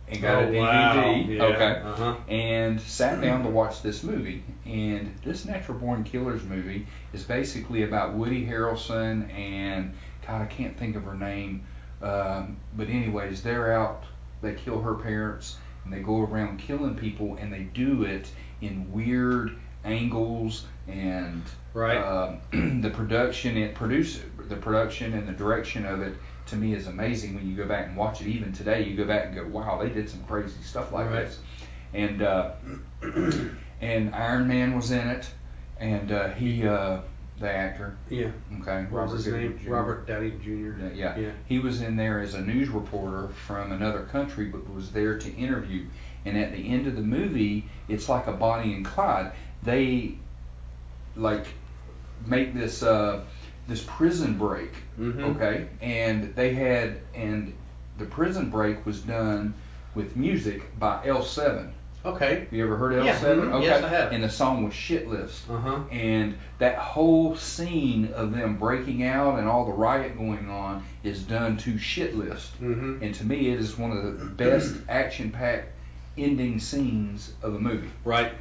Speaker 2: and got a DVD.
Speaker 1: Oh, Yeah.
Speaker 2: Okay
Speaker 1: Uh-huh.
Speaker 2: and sat down to watch this movie. And this Natural Born Killers movie is basically about Woody Harrelson and God, I can't think of her name. Um, but anyways, they're out. They kill her parents, and they go around killing people, and they do it in weird angles and
Speaker 1: Right.
Speaker 2: um, the production it produce the production and the direction of it to me is amazing when you go back and watch it even today you go back and go wow they did some crazy stuff like
Speaker 1: Right.
Speaker 2: this and uh, and Iron Man was in it and uh, he uh, the actor.
Speaker 1: Yeah.
Speaker 2: Okay.
Speaker 1: What was his
Speaker 2: Robert
Speaker 1: name?
Speaker 2: Goodrich Jr.
Speaker 1: Robert Downey Jr.
Speaker 2: Yeah, yeah.
Speaker 1: Yeah.
Speaker 2: He was in there as a news reporter from another country, but was there to interview. And at the end of the movie, it's like a Bonnie and Clyde. They like make this uh, this prison break,
Speaker 1: Mhm.
Speaker 2: okay? And they had and the prison break was done with music by L7.
Speaker 1: Okay.
Speaker 2: Have you ever heard of
Speaker 1: Yeah,
Speaker 2: L7?
Speaker 1: mhm,
Speaker 2: Okay.
Speaker 1: yes, I have.
Speaker 2: And the song was Shit List
Speaker 1: Uh huh.
Speaker 2: and that whole scene of them breaking out and all the riot going on is done to shit list.
Speaker 1: Mm-hmm.
Speaker 2: And to me, it is one of the best action-packed ending scenes of a movie.
Speaker 1: Right.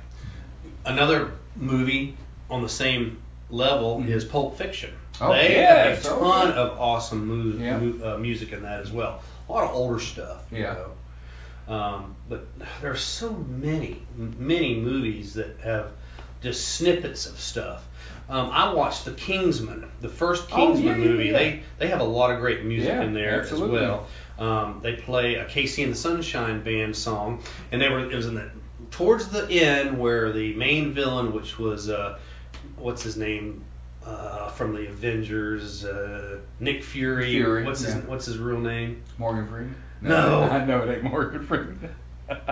Speaker 1: Another movie on the same level
Speaker 2: Mhm.
Speaker 1: is Pulp Fiction.
Speaker 2: Oh,
Speaker 1: they
Speaker 2: yes.
Speaker 1: have a
Speaker 2: Oh,
Speaker 1: ton
Speaker 2: yeah.
Speaker 1: of awesome mu-
Speaker 2: Yeah.
Speaker 1: mu- uh, music in that as well. A lot of older stuff. you
Speaker 2: Yeah.
Speaker 1: know. Um, but there are so many, m- many movies that have just snippets of stuff. Um, I watched The Kingsman, the first
Speaker 2: Oh, yeah,
Speaker 1: Kingsman
Speaker 2: yeah,
Speaker 1: movie.
Speaker 2: yeah.
Speaker 1: They they have a lot of great music
Speaker 2: Yeah,
Speaker 1: in there
Speaker 2: absolutely.
Speaker 1: as well. Um, they play a Casey and the Sunshine Band song, and they were it was in the towards the end where the main villain, which was uh, what's his name uh, from the Avengers, uh, Nick Fury.
Speaker 2: Fury,
Speaker 1: what's his
Speaker 2: yeah.
Speaker 1: what's his real name?
Speaker 2: Morgan Freeman.
Speaker 1: No.
Speaker 2: I know it ain't Morgan Freeman.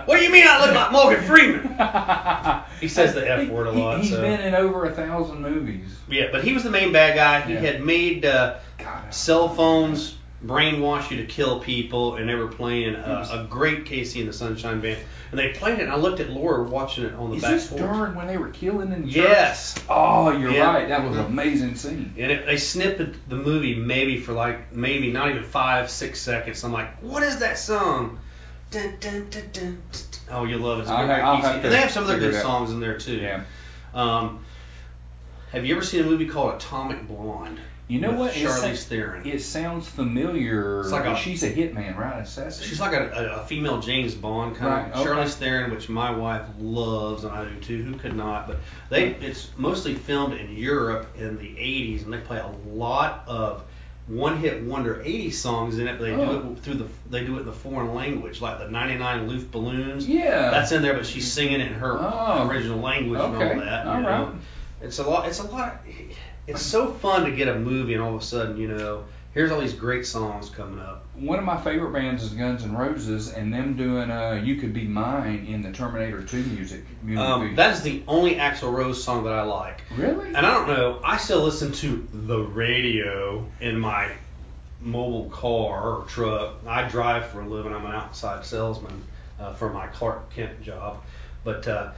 Speaker 1: What do you mean I look like Morgan Freeman? He says the F
Speaker 2: He-
Speaker 1: word a
Speaker 2: he-
Speaker 1: lot,
Speaker 2: He's
Speaker 1: so.
Speaker 2: been in over a thousand movies.
Speaker 1: Yeah, but he was the main bad guy. He
Speaker 2: Yeah.
Speaker 1: had made uh,
Speaker 2: God,
Speaker 1: cell phones brainwash you to kill people, and they were playing uh,
Speaker 2: Yes.
Speaker 1: a, a great Casey and the Sunshine Band, and they played it. And I looked at Laura watching it on the
Speaker 2: Is
Speaker 1: back
Speaker 2: this
Speaker 1: porch.
Speaker 2: during when they were killing in the church?
Speaker 1: Yes.
Speaker 2: Oh, you're
Speaker 1: Yeah.
Speaker 2: right. That was an
Speaker 1: Mhm.
Speaker 2: amazing scene.
Speaker 1: And it, they snipped the movie maybe for like maybe not even five six seconds. I'm like, what is that song? Dun, dun, dun, dun, tsk. Oh, you love it. It's a
Speaker 2: I'll
Speaker 1: great
Speaker 2: have- I'll
Speaker 1: easy-
Speaker 2: have to
Speaker 1: and they have some other
Speaker 2: figure
Speaker 1: good
Speaker 2: it out.
Speaker 1: songs in there too.
Speaker 2: Yeah.
Speaker 1: Um, have you ever seen a movie called Atomic Blonde?
Speaker 2: You know
Speaker 1: with
Speaker 2: what? It's-
Speaker 1: Charlize Theron.
Speaker 2: It sounds familiar.
Speaker 1: It's like a-
Speaker 2: she's a hitman, right? Assassin.
Speaker 1: She's like a, a, a female James Bond kind
Speaker 2: Right,
Speaker 1: of
Speaker 2: okay.
Speaker 1: Charlize Theron, which my wife loves and I do too. Who could not? But they it's mostly filmed in Europe in the 80s, and they play a lot of one-hit wonder 80s songs in it. But they do
Speaker 2: Oh.
Speaker 1: it through the they do it in the foreign language, like the 99 Loof Balloons.
Speaker 2: Yeah.
Speaker 1: That's in there, but she's singing it in her
Speaker 2: Oh.
Speaker 1: original language and
Speaker 2: Okay,
Speaker 1: all that. you
Speaker 2: all
Speaker 1: know.
Speaker 2: right.
Speaker 1: It's a lot. It's a lot. Of, it's so fun to get a movie, and all of a sudden, you know, here's all these great songs coming up.
Speaker 2: one of my favorite bands is Guns N' Roses, and them doing uh, "You Could Be Mine" in the Terminator 2 music. music
Speaker 1: Um,
Speaker 2: video.
Speaker 1: that is the only Axl Rose song that I like.
Speaker 2: really.
Speaker 1: And I don't know, I still listen to the radio in my mobile car or truck. I drive for a living. I'm an outside salesman uh, for my Clark Kent job. But uh,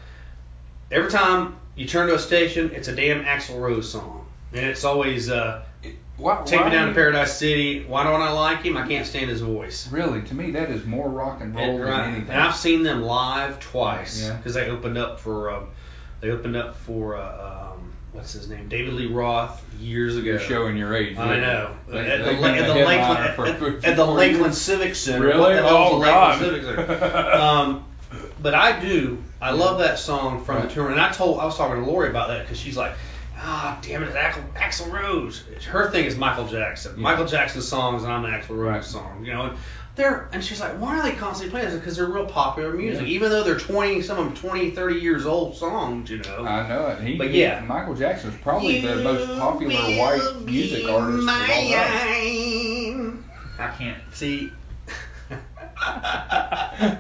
Speaker 1: every time you turn to a station, it's a damn Axl Rose song. And it's always uh,
Speaker 2: Why-
Speaker 1: Take
Speaker 2: why
Speaker 1: Me Down
Speaker 2: do
Speaker 1: to
Speaker 2: you-
Speaker 1: Paradise City. Why don't I like him? I can't stand his voice.
Speaker 2: Really, to me, that is more rock and roll
Speaker 1: And,
Speaker 2: than
Speaker 1: right,
Speaker 2: anything.
Speaker 1: and I've seen them live twice
Speaker 2: Yeah.
Speaker 1: because they opened up for um, they opened up for uh, um, what's his name David Lee Roth years ago.
Speaker 2: You're showing your age.
Speaker 1: I
Speaker 2: really.
Speaker 1: know.
Speaker 2: They-
Speaker 1: at the,
Speaker 2: they've
Speaker 1: La-
Speaker 2: been
Speaker 1: at
Speaker 2: a
Speaker 1: the
Speaker 2: headliner
Speaker 1: Lakeland,
Speaker 2: for
Speaker 1: at,
Speaker 2: 50,
Speaker 1: at the
Speaker 2: 40
Speaker 1: Lakeland
Speaker 2: years.
Speaker 1: Civic Center.
Speaker 2: Really?
Speaker 1: What the hell is
Speaker 2: Oh,
Speaker 1: the Lakeland
Speaker 2: God.
Speaker 1: Civic Center? um, but I do. I love that song from the
Speaker 2: Right.
Speaker 1: tour, and I told I was talking to Lori about that because she's like. Ah, damn it, it's Axl, Axl Rose. It's- Her thing is Michael Jackson.
Speaker 2: Yeah.
Speaker 1: Michael Jackson songs, and I'm an Axl Rose
Speaker 2: Right.
Speaker 1: song. You know, and they're and she's like, why are they constantly playing this? Because they're real popular music,
Speaker 2: Yeah.
Speaker 1: even though they're 20, some of them 20, 30 years old songs. You know.
Speaker 2: I know it. He,
Speaker 1: But yeah.
Speaker 2: Michael Jackson is probably the most popular white music artist of all time.
Speaker 1: I can't see. That's
Speaker 2: That's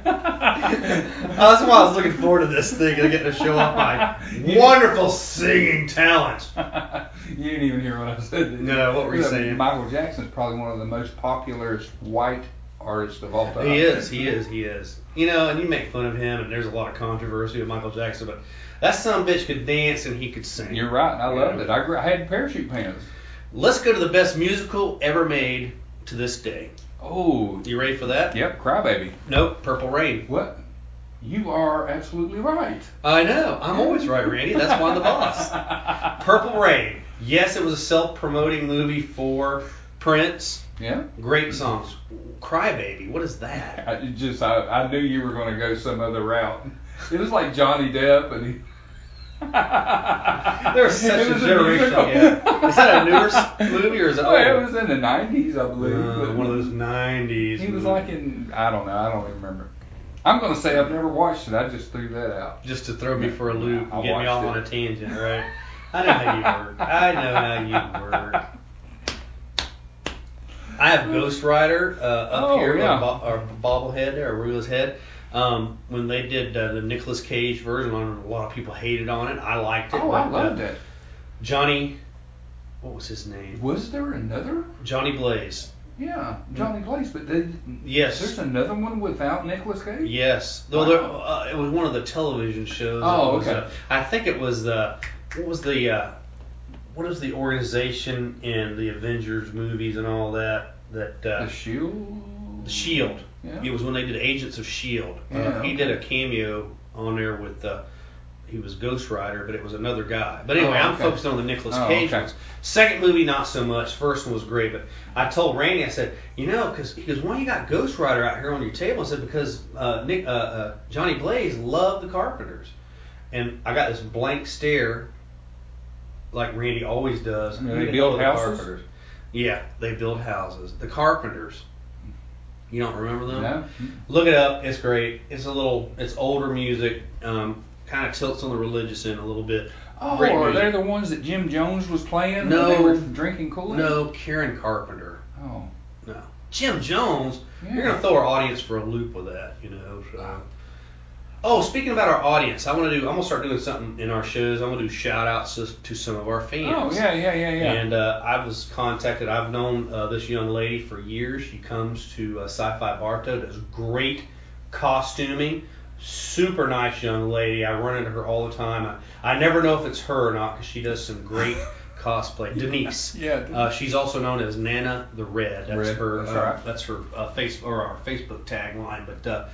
Speaker 1: Oh, why I was looking forward to this thing and getting to show off my wonderful singing talents.
Speaker 2: you didn't even hear what I said. did you?
Speaker 1: No, what were you
Speaker 2: Yeah,
Speaker 1: saying?
Speaker 2: Michael Jackson's probably one of the most popular white artists of all time.
Speaker 1: He is, he is, he is. You know, and you make fun of him, and there's a lot of controversy with Michael Jackson, but that son of a bitch could dance and he could sing.
Speaker 2: You're right. and I loved it. I, grew, I had parachute pants.
Speaker 1: Let's go to the best musical ever made to this day.
Speaker 2: Oh,
Speaker 1: You ready for that?
Speaker 2: yep, crybaby.
Speaker 1: Nope, Purple Rain.
Speaker 2: What? You are absolutely right.
Speaker 1: I know. I'm always right, Randy. That's why I'm the boss. Purple Rain. Yes, it was a self-promoting movie for Prince.
Speaker 2: Yeah.
Speaker 1: Great songs. Crybaby. What is that?
Speaker 2: I it just I, I knew you were going to go some other route. It was like Johnny Depp and he.
Speaker 1: There's such
Speaker 2: It
Speaker 1: a
Speaker 2: was
Speaker 1: generation
Speaker 2: musical.
Speaker 1: gap. Is that a newer s- movie or is it
Speaker 2: Well,
Speaker 1: old?
Speaker 2: it was in the 90s, I believe.
Speaker 1: Uh,
Speaker 2: but
Speaker 1: one of those '90s.
Speaker 2: He
Speaker 1: movies.
Speaker 2: was like in I don't know, I don't even remember. I'm gonna say I've never watched it. I just threw that out.
Speaker 1: just to throw me for a loop
Speaker 2: I
Speaker 1: and get me
Speaker 2: watched
Speaker 1: off
Speaker 2: it.
Speaker 1: on a tangent, right? I know how you work. I know how you work. I have Ghost Rider uh, up
Speaker 2: Oh,
Speaker 1: here,
Speaker 2: yeah.
Speaker 1: or, bo- or bobblehead, or Rula's head. Um, when they did uh, the Nicolas Cage version, I know a lot of people hated on it. I liked it.
Speaker 2: Oh, I
Speaker 1: but,
Speaker 2: loved
Speaker 1: uh,
Speaker 2: it.
Speaker 1: Johnny, what was his name?
Speaker 2: Was there another?
Speaker 1: Johnny Blaze.
Speaker 2: Yeah, Johnny Blaze. But they,
Speaker 1: Yes.
Speaker 2: there's another one without Nicolas Cage.
Speaker 1: Yes. Though
Speaker 2: Wow.
Speaker 1: there, uh, it was one of the television shows.
Speaker 2: Oh,
Speaker 1: It was,
Speaker 2: okay.
Speaker 1: uh, I think it was the what was the uh, what was the organization in the Avengers movies and all that that uh,
Speaker 2: The Shield.
Speaker 1: the Shield.
Speaker 2: Yeah.
Speaker 1: It was when they did Agents of Shield.
Speaker 2: Yeah,
Speaker 1: uh, he
Speaker 2: okay.
Speaker 1: did a cameo on there with uh, he was Ghost Rider, but it was another guy. But anyway,
Speaker 2: Oh,
Speaker 1: I'm
Speaker 2: okay.
Speaker 1: focused on the Nicolas
Speaker 2: Oh,
Speaker 1: Cage
Speaker 2: okay.
Speaker 1: ones. Second movie, not so much. First one was great, but I told Randy, I said, you know, because he goes, why you got Ghost Rider out here on your table? I said because uh, Nick, uh, uh, Johnny Blaze loved the Carpenters, and I got this blank stare, like Randy always does.
Speaker 2: Yeah, they
Speaker 1: Who the hell
Speaker 2: build
Speaker 1: are the
Speaker 2: houses?
Speaker 1: Carpenters? Yeah, they build houses. The Carpenters. You don't remember them?
Speaker 2: No?
Speaker 1: Look it up. It's great. It's a little. It's older music. Um, kind of tilts on the religious end a little bit.
Speaker 2: Oh,
Speaker 1: Great
Speaker 2: are
Speaker 1: movie.
Speaker 2: they the ones that Jim Jones was playing? when
Speaker 1: No.
Speaker 2: They were drinking Kool-Aid?
Speaker 1: No, Karen Carpenter.
Speaker 2: Oh.
Speaker 1: No, Jim Jones.
Speaker 2: Yeah.
Speaker 1: You're gonna throw our audience for a loop with that, you know. So. Oh, speaking about our audience, I want to do. I'm gonna start doing something in our shows. I'm gonna do shout outs to, to some of our fans.
Speaker 2: Oh, yeah, yeah, yeah, yeah.
Speaker 1: And uh, I was contacted. I've known uh, this young lady for years. She comes to uh, Sci-Fi Barto. Does great costuming. Super nice young lady. I run into her all the time. I, I never know if it's her or not because she does some great cosplay. Denise.
Speaker 2: Yeah.
Speaker 1: Uh, she's also known as Nana the Red. That's
Speaker 2: Red,
Speaker 1: her.
Speaker 2: that's
Speaker 1: uh,
Speaker 2: right.
Speaker 1: That's her uh, face or our Facebook tagline. But uh,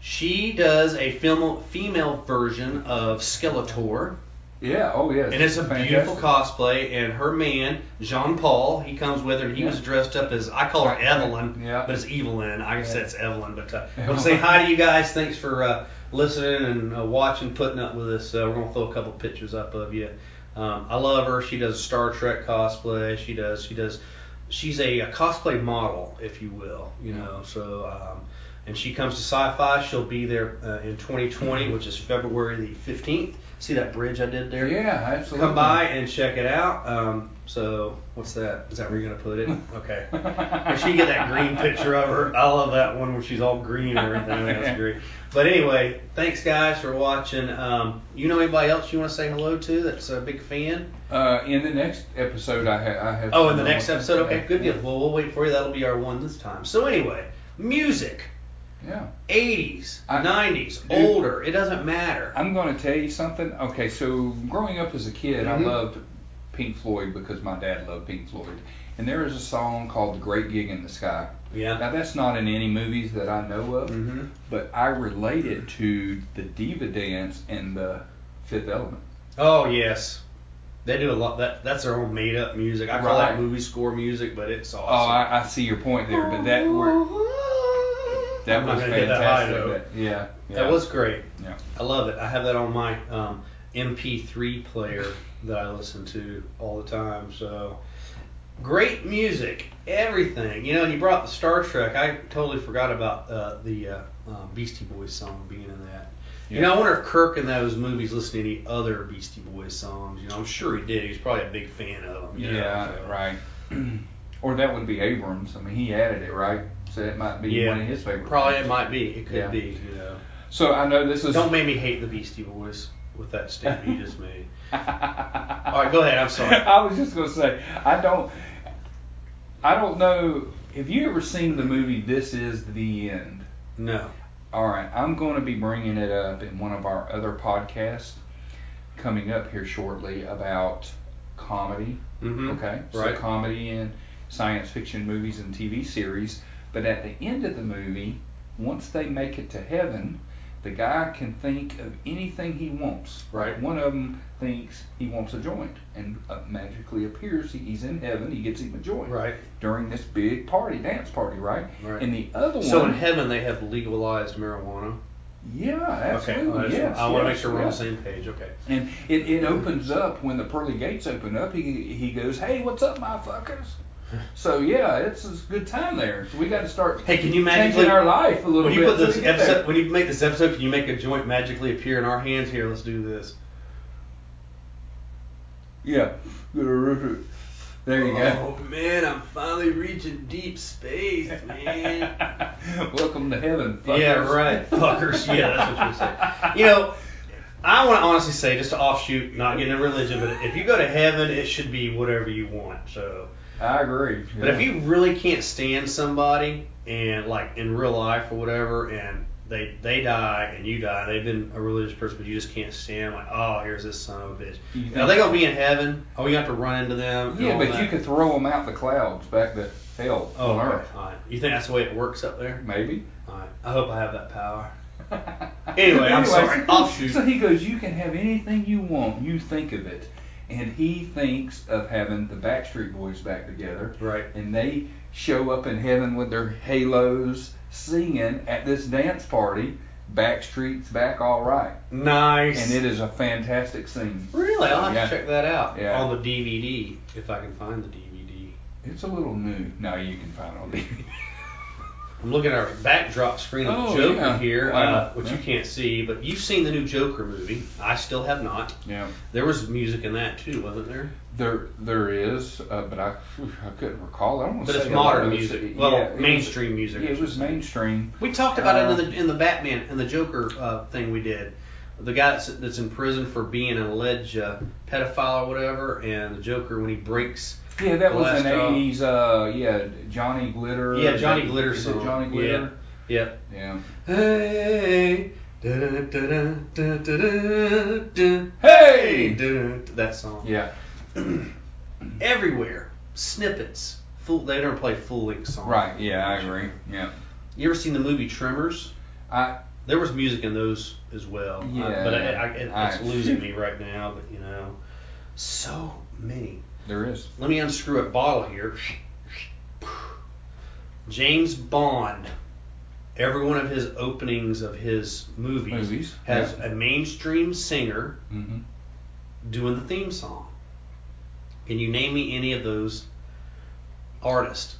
Speaker 1: she does a film, female version of Skeletor.
Speaker 2: yeah, oh, yeah.
Speaker 1: And it's a
Speaker 2: fantastic.
Speaker 1: beautiful cosplay. And her man, Jean Paul, he comes with her. He
Speaker 2: Yeah.
Speaker 1: was dressed up as, I call her Evelyn,
Speaker 2: Yeah.
Speaker 1: but it's Evelyn. I guess
Speaker 2: Yeah.
Speaker 1: that's Evelyn. But uh, I want to say hi to you guys. Thanks for uh, listening and uh, watching, putting up with us. Uh, we're going to throw a couple pictures up of you. Um, I love her. She does Star Trek cosplay. She does, she does, she's a, a cosplay model, if you will, you
Speaker 2: Yeah.
Speaker 1: know. So, um, and she comes to sci-fi. She'll be there uh, in
Speaker 2: Mm-hmm.
Speaker 1: 2020, which is February the 15th. See that bridge I did there?
Speaker 2: Yeah, absolutely.
Speaker 1: come by and check it out. Um, so what's that? Is that where you're gonna put it? Okay. If she get that green picture of her, I love that one where she's all green and everything. That's great. But anyway, thanks guys for watching. Um, you know anybody else you want to say hello to that's a big fan?
Speaker 2: Uh, in the next episode, I, ha- I have.
Speaker 1: Oh, in the
Speaker 2: someone
Speaker 1: next
Speaker 2: with-
Speaker 1: episode. Okay, good
Speaker 2: yeah.
Speaker 1: deal. Well, we'll wait for you. That'll be our one this time. So anyway, music,
Speaker 2: Yeah.
Speaker 1: 80s,
Speaker 2: I-
Speaker 1: 90s,
Speaker 2: Dude.
Speaker 1: older. It doesn't matter.
Speaker 2: I'm going to tell you something. Okay, so growing up as a kid,
Speaker 1: Mhm.
Speaker 2: I loved Pink Floyd because my dad loved Pink Floyd. And there is a song called The Great Gig in the Sky.
Speaker 1: Yeah.
Speaker 2: Now, that's not in any movies that I know of,
Speaker 1: Mhm.
Speaker 2: but I relate it to the Diva Dance and the Fifth Element.
Speaker 1: Oh yes, they do a lot. That that's their own made up music. I call that
Speaker 2: Right.
Speaker 1: movie score music, but it's
Speaker 2: Oh,
Speaker 1: awesome.
Speaker 2: I, I see your point there, but that were, that
Speaker 1: I'm not
Speaker 2: was
Speaker 1: gonna get that high,
Speaker 2: fantastic.
Speaker 1: though.
Speaker 2: That- yeah, yeah.
Speaker 1: That was great.
Speaker 2: Yeah.
Speaker 1: I love it. I have that on my um, MP3 player that I listen to all the time. So great music, everything. You know, and you brought the Star Trek. I totally forgot about uh, the uh, uh, Beastie Boys song being in that. You know, I wonder if Kirk in those movies listened to any other Beastie Boys songs. You know, I'm sure he did. He's probably a big fan of them. You know,
Speaker 2: Yeah,
Speaker 1: so.
Speaker 2: right. or that would be Abrams. I mean, he added it, right? So it might be
Speaker 1: Yeah.
Speaker 2: one of his favorite.
Speaker 1: Probably it
Speaker 2: ones.
Speaker 1: might be. It could
Speaker 2: Yeah.
Speaker 1: be. You know.
Speaker 2: So I know this is.
Speaker 1: Don't make me hate the Beastie Boys with that statement you just made. All right, go ahead. I'm sorry.
Speaker 2: I was just gonna say I don't. I don't know. Have you ever seen the movie This Is the End?
Speaker 1: No.
Speaker 2: All right, I'm going to be bringing it up in one of our other podcasts coming up here shortly about comedy.
Speaker 1: Mm-hmm.
Speaker 2: Okay,
Speaker 1: Right.
Speaker 2: so comedy and science fiction movies and TV series. But at the end of the movie, once they make it to heaven, the guy can think of anything he wants.
Speaker 1: Right.
Speaker 2: One of them thinks he wants a joint, and uh, magically appears he- he's in heaven. He gets him a joint
Speaker 1: Right.
Speaker 2: during this big party, dance party, right?
Speaker 1: Right.
Speaker 2: And the other
Speaker 1: So
Speaker 2: one.
Speaker 1: in heaven they have legalized marijuana.
Speaker 2: Yeah,
Speaker 1: Okay.
Speaker 2: absolutely.
Speaker 1: I just-
Speaker 2: yes,
Speaker 1: I want to
Speaker 2: yes,
Speaker 1: make sure we're on the
Speaker 2: yes.
Speaker 1: same page. Okay.
Speaker 2: And it, it opens up when the pearly gates open up. He he goes, hey, what's up, my fuckers? So yeah, it's a good time there. So we got to start
Speaker 1: Hey, can you magically
Speaker 2: changing our life a little
Speaker 1: when you
Speaker 2: bit.
Speaker 1: put
Speaker 2: till
Speaker 1: this
Speaker 2: we get
Speaker 1: episode
Speaker 2: there.
Speaker 1: when you make this episode can you make a joint magically appear in our hands here? Let's do this.
Speaker 2: Yeah. There you go.
Speaker 1: Oh man, I'm finally reaching deep space, Oh, man.
Speaker 2: Welcome to heaven. Fuckers.
Speaker 1: yeah, right. Fuckers. Yeah, that's what you say. You know, I want to honestly say, just to offshoot, not getting into religion, but if you go to heaven, it should be whatever you want. So,
Speaker 2: I agree.
Speaker 1: but if you really can't stand somebody and like in real life or whatever, and they they die and you die, they've been a religious person, but you just can't stand. Like, oh, here's this son of a bitch.
Speaker 2: You
Speaker 1: Now they gonna be in heaven. Are we gonna have to run into them? and
Speaker 2: yeah,
Speaker 1: all
Speaker 2: but
Speaker 1: that?
Speaker 2: you could throw them out the clouds back to hell
Speaker 1: Oh,
Speaker 2: on
Speaker 1: okay.
Speaker 2: earth.
Speaker 1: All right. You think that's the way it works up there?
Speaker 2: Maybe.
Speaker 1: All right. I hope I have that power.
Speaker 2: Anyway,
Speaker 1: Anyway, I'm sorry.
Speaker 2: so-
Speaker 1: Offshoot.
Speaker 2: So he goes, You can have anything you want, you think of it. And he thinks of having the Backstreet Boys back together,
Speaker 1: Right.
Speaker 2: and they show up in heaven with their halos singing at this dance party. Backstreet's back all right,
Speaker 1: Nice.
Speaker 2: and it is a fantastic scene.
Speaker 1: Really? I'll have
Speaker 2: Yeah.
Speaker 1: to check that out
Speaker 2: Yeah.
Speaker 1: on the DVD if I can find the DVD.
Speaker 2: It's a little new. No, you can find it on DVD.
Speaker 1: I'm looking at our backdrop screen of
Speaker 2: Oh,
Speaker 1: the Joker
Speaker 2: yeah.
Speaker 1: here,
Speaker 2: Wow.
Speaker 1: uh, which
Speaker 2: Yeah.
Speaker 1: you can't see, but you've seen the new Joker movie. I still have not.
Speaker 2: Yeah,
Speaker 1: There was music in that too, wasn't there?
Speaker 2: there there is, uh, but I I couldn't recall. I don't want
Speaker 1: But
Speaker 2: to
Speaker 1: it's
Speaker 2: say a lot
Speaker 1: modern
Speaker 2: of it.
Speaker 1: music.
Speaker 2: Yeah,
Speaker 1: Well,
Speaker 2: it was-
Speaker 1: mainstream music.
Speaker 2: Yeah, it was mainstream.
Speaker 1: We talked about
Speaker 2: Uh,
Speaker 1: it in the in the Batman and the Joker uh, thing we did. The guy that's, that's in prison for being an alleged uh, pedophile or whatever, and the Joker when he breaks.
Speaker 2: Yeah, that was
Speaker 1: Last
Speaker 2: an
Speaker 1: Drop.
Speaker 2: '80s. Uh, yeah, Johnny Glitter.
Speaker 1: Yeah, Johnny
Speaker 2: Is
Speaker 1: Glitter
Speaker 2: it
Speaker 1: song.
Speaker 2: Johnny Glitter.
Speaker 1: Yep.
Speaker 2: Yeah.
Speaker 1: Hey. da-da-da-da-da-da-da-da.
Speaker 2: Hey.
Speaker 1: Da-da-da, That song.
Speaker 2: Yeah.
Speaker 1: Everywhere. Snippets. Full. They don't play full length songs.
Speaker 2: Right. Yeah, I agree. Yeah.
Speaker 1: You ever seen the movie Tremors?
Speaker 2: I
Speaker 1: There was music in those as well. I-
Speaker 2: Yeah.
Speaker 1: but I, I, it,
Speaker 2: I-
Speaker 1: it's losing me right now. But you know, so many.
Speaker 2: there is.
Speaker 1: Let me unscrew a bottle here. James Bond. Every one of his openings of his movies,
Speaker 2: Movies,
Speaker 1: has a mainstream singer
Speaker 2: Mm-hmm.
Speaker 1: doing the theme song. Can you name me any of those artists?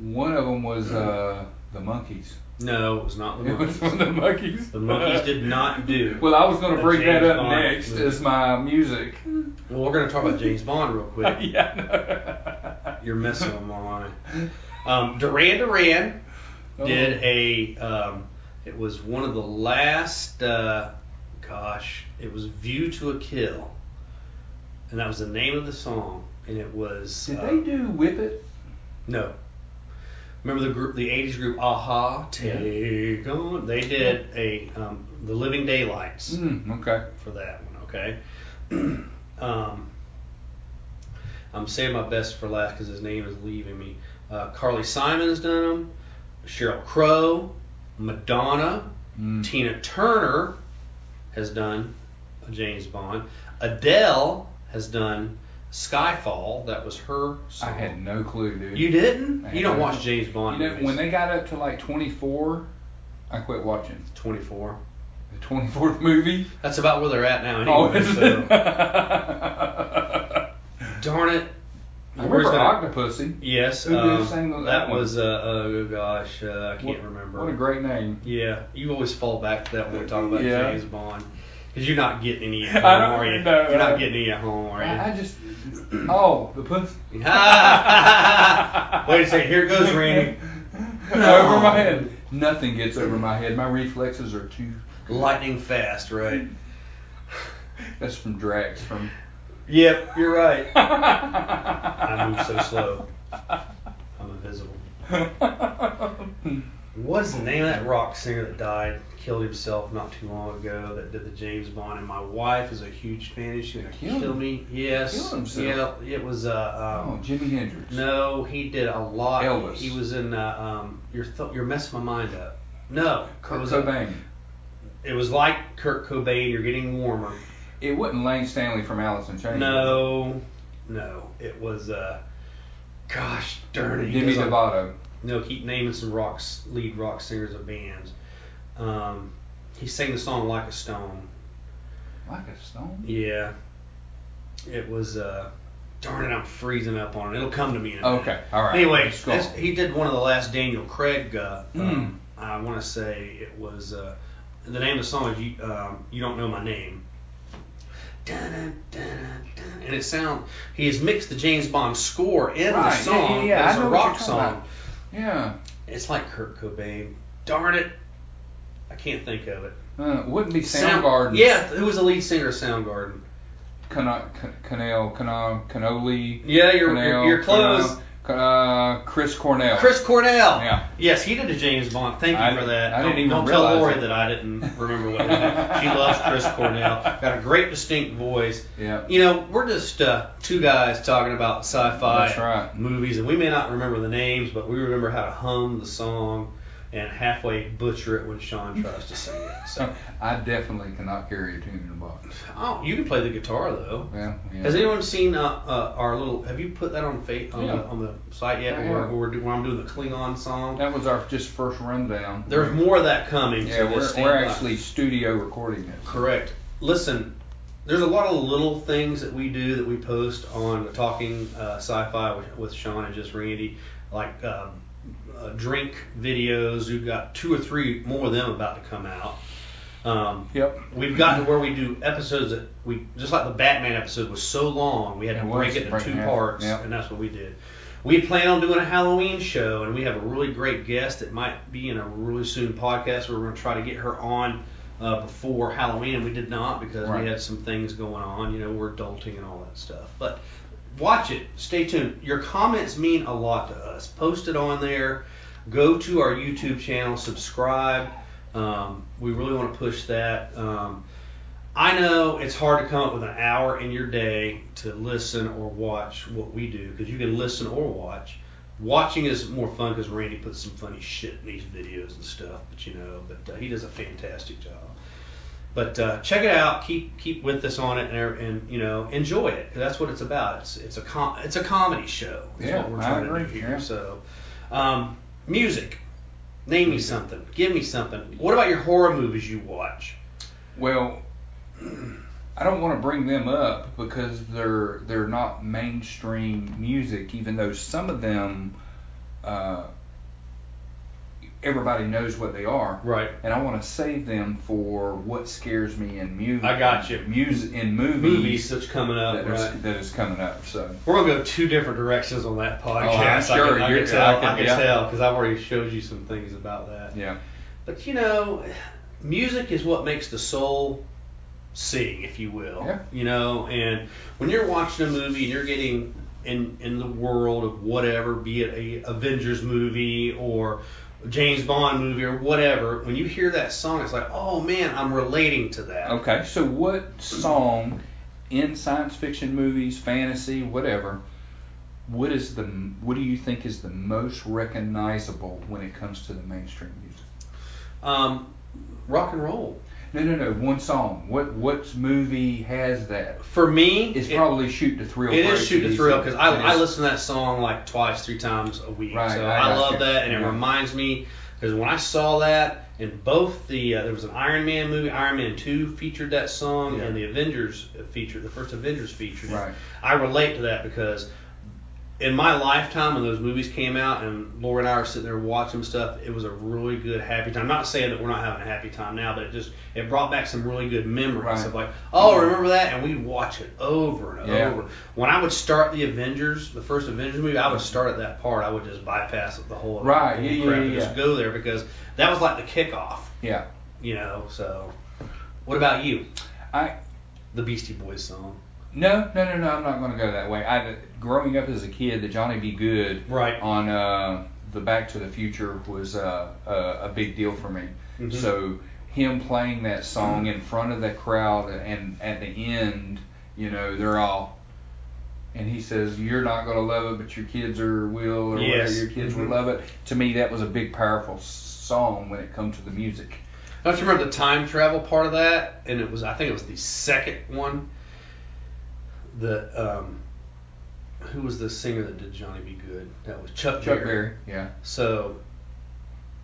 Speaker 2: One of them was uh, the monkeys.
Speaker 1: No, it was not the
Speaker 2: It was
Speaker 1: Monkees.
Speaker 2: from the monkeys.
Speaker 1: The Monkeys did not do.
Speaker 2: Well, I was going
Speaker 1: a
Speaker 2: to bring that
Speaker 1: James
Speaker 2: up
Speaker 1: Bond
Speaker 2: next
Speaker 1: movie.
Speaker 2: as my music.
Speaker 1: Well, we're going to talk about James Bond real quick.
Speaker 2: yeah.
Speaker 1: You're messing with my line. Um, Duran Duran
Speaker 2: Oh.
Speaker 1: did a. Um, it was one of the last. Uh, gosh, it was "View to a Kill," and that was the name of the song. And it was.
Speaker 2: Did
Speaker 1: uh,
Speaker 2: they do Whip It?
Speaker 1: No. Remember the group, the '80s group, Aha,
Speaker 2: Yeah.
Speaker 1: Take On. They did a um, the Living Daylights
Speaker 2: Mm, okay.
Speaker 1: for that one. Okay. um, I'm saving my best for last because his name is leaving me. Uh, Carly Simon's done them. Cheryl Crow, Madonna,
Speaker 2: Mm.
Speaker 1: Tina Turner has done a James Bond. Adele has done Skyfall. That was her song.
Speaker 2: I had no clue, dude.
Speaker 1: You didn't?
Speaker 2: I
Speaker 1: You don't
Speaker 2: had-
Speaker 1: watch James Bond
Speaker 2: You know,
Speaker 1: movies.
Speaker 2: when they got up to like 24, I quit watching.
Speaker 1: 24.
Speaker 2: The 24th movie.
Speaker 1: That's about where they're at now
Speaker 2: Oh,
Speaker 1: anyway.
Speaker 2: is it?
Speaker 1: so.
Speaker 2: I
Speaker 1: Darn it. Where's
Speaker 2: remember
Speaker 1: that-
Speaker 2: Octopussy.
Speaker 1: Yes.
Speaker 2: Who did
Speaker 1: um,
Speaker 2: sing that
Speaker 1: that
Speaker 2: one?
Speaker 1: was, uh, oh gosh, uh, I can't
Speaker 2: What-
Speaker 1: remember.
Speaker 2: What a great name.
Speaker 1: yeah, you always fall back to that when we talk about
Speaker 2: Yeah.
Speaker 1: James Bond. Because you're not getting any at
Speaker 2: I
Speaker 1: home,
Speaker 2: don't
Speaker 1: are you?
Speaker 2: know. uh,
Speaker 1: you're not getting any at home, are you?
Speaker 2: I, I just. Oh, the pussy.
Speaker 1: Wait a second, here goes Randy.
Speaker 2: over my head. Nothing gets over my head. My reflexes are too.
Speaker 1: Lightning fast, right?
Speaker 2: That's from Drax. From.
Speaker 1: Yep, you're right.
Speaker 2: I
Speaker 1: I move so slow. I'm invisible. What is the name of that rock singer that died, killed himself not too long ago, that did the James Bond? And my wife is a huge fan. She's gonna
Speaker 2: Killed
Speaker 1: kill
Speaker 2: him-
Speaker 1: me. Yes.
Speaker 2: killed himself.
Speaker 1: Yeah. It was. Uh,
Speaker 2: Oh,
Speaker 1: um,
Speaker 2: Jimi Hendrix.
Speaker 1: No, he did a lot.
Speaker 2: Elvis.
Speaker 1: He was in. Uh, um, you're th- you're messing my mind up. No, it
Speaker 2: Kurt
Speaker 1: was.
Speaker 2: Cobain.
Speaker 1: It was like Kurt Cobain. You're getting warmer.
Speaker 2: It wasn't Lane Stanley from Alice in Chains.
Speaker 1: No, no, it was. Uh, gosh darn it. he
Speaker 2: Demi
Speaker 1: does a-
Speaker 2: Lovato.
Speaker 1: No, keep naming some rocks, lead rock singers of bands. Um, he sang the song "Like a Stone."
Speaker 2: Like a stone.
Speaker 1: Yeah, it was. Uh, darn it, I'm freezing up on it. It'll come to me. In a minute.
Speaker 2: Okay. All right.
Speaker 1: Anyway,
Speaker 2: Let's go.
Speaker 1: that's, he did one of the last Daniel Craig. Uh,
Speaker 2: Mm.
Speaker 1: um, I want to say it was. Uh, the name of the song is "You, um, you Don't Know My Name." Dun-dun, dun-dun, dun. and it sound he has mixed the James Bond score in the
Speaker 2: Right, yeah,
Speaker 1: song
Speaker 2: yeah, yeah, I
Speaker 1: as a
Speaker 2: know what
Speaker 1: rock
Speaker 2: you're talking
Speaker 1: song.
Speaker 2: about. Yeah.
Speaker 1: It's like Kurt Cobain. Darn it, I can't think of it.
Speaker 2: Uh, wouldn't be
Speaker 1: Sound-
Speaker 2: Soundgarden.
Speaker 1: yeah, who was the lead singer of Soundgarden?
Speaker 2: Cano- Can- Canale, Cano- Canoli.
Speaker 1: Yeah, you're
Speaker 2: Canale,
Speaker 1: you're, you're close.
Speaker 2: Cano- Can- uh, Chris Cornell.
Speaker 1: Chris Cornell.
Speaker 2: Yeah.
Speaker 1: Yes, he did a James Bond. Thank you
Speaker 2: I-
Speaker 1: for that.
Speaker 2: I
Speaker 1: don't,
Speaker 2: didn't even
Speaker 1: don't tell
Speaker 2: realize
Speaker 1: Lori
Speaker 2: it.
Speaker 1: that I didn't remember what it was. she loves Chris Cornell. Got a great distinct voice.
Speaker 2: Yeah.
Speaker 1: You know, we're just uh, two guys talking about sci-fi
Speaker 2: That's right.
Speaker 1: movies, and we may not remember the names, but we remember how to hum the song and halfway butcher it when Sean tries to sing it. So,
Speaker 2: I definitely cannot carry a tune in a box.
Speaker 1: oh, you can play the guitar though.
Speaker 2: Yeah. yeah.
Speaker 1: Has anyone seen uh, uh, our little? Have you put that on fa- on,
Speaker 2: Yeah.
Speaker 1: the, on the site yet?
Speaker 2: I
Speaker 1: where,
Speaker 2: have.
Speaker 1: where, where I'm doing the Klingon song.
Speaker 2: That was our just first rundown.
Speaker 1: There's more of that coming. so
Speaker 2: Yeah,
Speaker 1: just
Speaker 2: we're,
Speaker 1: stand
Speaker 2: we're
Speaker 1: by.
Speaker 2: actually studio recording it.
Speaker 1: correct. Listen, there's a lot of little things that we do that we post on the Talking uh, Sci-Fi with, with Sean and just Randy, like um, uh, drink videos. We've got two or three more of them about to come out. Um,
Speaker 2: Yep.
Speaker 1: we've gotten to where we do episodes that we just like the Batman episode was so long, we had to
Speaker 2: It was,
Speaker 1: break it into
Speaker 2: break it
Speaker 1: two
Speaker 2: in half,
Speaker 1: parts,
Speaker 2: yeah.
Speaker 1: and that's what we did. We plan on doing a Halloween show, and we have a really great guest that might be in a really soon podcast. We're going to try to get her on uh, before Halloween, and we did not because
Speaker 2: Right.
Speaker 1: we had some things going on. You know, we're adulting and all that stuff. But watch it. Stay tuned. Your comments mean a lot to us. Post it on there. Go to our YouTube channel. Subscribe. Um, we really want to push that. Um, I know it's hard to come up with an hour in your day to listen or watch what we do because you can listen or watch. Watching is more fun because Randy puts some funny shit in these videos and stuff, but you know, but uh, he does a fantastic job. But uh, check it out, keep keep with us on it, and, and you know, enjoy it. 'cause that's what it's about. It's it's a com- it's a comedy show. Is
Speaker 2: Yeah,
Speaker 1: what we're
Speaker 2: I
Speaker 1: trying to
Speaker 2: agree,
Speaker 1: do here.
Speaker 2: yeah.
Speaker 1: So, um, music. Name me something. Give me something. What about your horror movies you watch?
Speaker 2: Well, I don't want to bring them up because they're they're not mainstream music, even though some of them uh, everybody knows what they are.
Speaker 1: Right.
Speaker 2: And I want to save them for what scares me in music.
Speaker 1: I got you.
Speaker 2: Music in movies,
Speaker 1: movies that's coming up.
Speaker 2: Mm-hmm. that, is-
Speaker 1: Right.
Speaker 2: that is coming up. So
Speaker 1: We're gonna go two different directions on that podcast.
Speaker 2: Oh, sure.
Speaker 1: I can, I
Speaker 2: You're-
Speaker 1: can tell. I
Speaker 2: I
Speaker 1: can,
Speaker 2: can- yeah.
Speaker 1: tell because I've already showed you some things about that.
Speaker 2: yeah,
Speaker 1: But you know, music is what makes the soul sing, if you will.
Speaker 2: Yeah.
Speaker 1: You know, and when you're watching a movie and you're getting in in the world of whatever, be it a Avengers movie or James Bond movie or whatever, when you hear that song, it's like, oh man, I'm relating to that.
Speaker 2: Okay, so what song in science fiction movies, fantasy, whatever, what is the what do you think is the most recognizable when it comes to the mainstream music?
Speaker 1: Um, rock and roll.
Speaker 2: No, no, no, one song. What what movie has that?
Speaker 1: For me,
Speaker 2: It's
Speaker 1: it-
Speaker 2: probably Shoot to Thrill.
Speaker 1: It
Speaker 2: for
Speaker 1: is shoot to
Speaker 2: ACDC.
Speaker 1: thrill because I,
Speaker 2: It
Speaker 1: I
Speaker 2: is-
Speaker 1: listen to that song like twice, three times a week.
Speaker 2: Right,
Speaker 1: so
Speaker 2: I
Speaker 1: I,
Speaker 2: got
Speaker 1: love
Speaker 2: you.
Speaker 1: that, and it
Speaker 2: Yeah.
Speaker 1: reminds me because when I saw that in both the uh, there was an Iron Man movie, Iron Man Two featured that song,
Speaker 2: Yeah.
Speaker 1: and the Avengers featured the first Avengers featured it.
Speaker 2: Right.
Speaker 1: I relate to that because in my lifetime when those movies came out and Laura and I were sitting there watching stuff, it was a really good happy time. I'm not saying that we're not having a happy time now, but it just it brought back some really good memories
Speaker 2: Right. Mm-hmm.
Speaker 1: of like, oh, remember that? And we'd watch it over and
Speaker 2: Yeah.
Speaker 1: over. When I would start the Avengers, the first Avengers movie, I would start at that part. I would just bypass the whole
Speaker 2: Right,
Speaker 1: whole
Speaker 2: yeah, yeah,
Speaker 1: crap
Speaker 2: yeah,
Speaker 1: and just
Speaker 2: yeah.
Speaker 1: go there because that was like the kickoff,
Speaker 2: Yeah,
Speaker 1: you know. So, what about you?
Speaker 2: I
Speaker 1: The Beastie Boys song,
Speaker 2: no no no no. I'm not going to go that way. I growing up as a kid, the Johnny Be Good
Speaker 1: right?
Speaker 2: on uh, the Back to the Future was uh, uh, a big deal for me.
Speaker 1: Mhm.
Speaker 2: So him playing that song in front of the crowd and at the end, you know, they're all and he says, You're not gonna love it but your kids are will or
Speaker 1: Yes.
Speaker 2: whatever your kids
Speaker 1: Mhm.
Speaker 2: will love it. To me that was a big powerful s- song when it comes to the music.
Speaker 1: I just remember the time travel part of that, and it was I think it was the second one. The um, who was the singer that did Johnny Be Good? That was Chuck,
Speaker 2: Chuck Berry. Yeah.
Speaker 1: So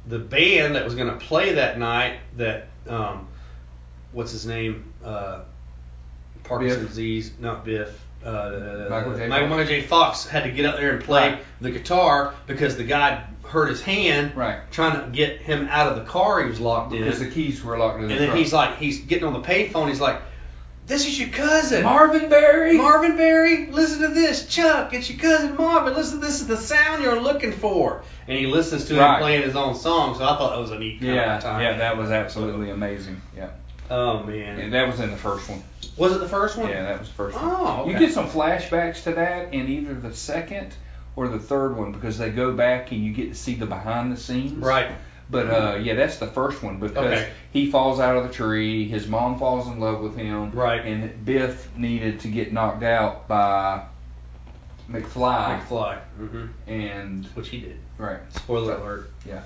Speaker 1: the band that was going to play that night, that um, what's his name, uh, Parkinson's
Speaker 2: Biff.
Speaker 1: disease, not Biff. Uh,
Speaker 2: Michael J.
Speaker 1: Michael,
Speaker 2: Fox.
Speaker 1: Michael J. Fox had to get up there and play
Speaker 2: Right.
Speaker 1: the guitar because the guy hurt his hand
Speaker 2: Right.
Speaker 1: trying to get him out of the car he was locked in.
Speaker 2: Because the keys were locked in the
Speaker 1: And then
Speaker 2: truck.
Speaker 1: he's like, he's getting on the payphone. He's like, This is your cousin.
Speaker 2: Marvin Berry.
Speaker 1: Marvin Berry, listen to this. Chuck, it's your cousin Marvin. Listen, this is the sound you're looking for. And he listens to
Speaker 2: Right.
Speaker 1: him playing his own song, so I thought that was a neat kind
Speaker 2: yeah,
Speaker 1: of time.
Speaker 2: yeah, that was absolutely amazing. Yeah.
Speaker 1: Oh, man.
Speaker 2: And that was in the first one.
Speaker 1: Was it the first one?
Speaker 2: Yeah, that was the first one.
Speaker 1: Oh, okay.
Speaker 2: You get some flashbacks to that in either the second or the third one because they go back and you get to see the behind the scenes.
Speaker 1: Right.
Speaker 2: But uh, yeah, that's the first one because
Speaker 1: Okay.
Speaker 2: he falls out of the tree. His mom falls in love with him.
Speaker 1: Right.
Speaker 2: And Biff needed to get knocked out by McFly,
Speaker 1: McFly. hmm
Speaker 2: and
Speaker 1: Which he did.
Speaker 2: right.
Speaker 1: Spoiler alert.
Speaker 2: Yeah.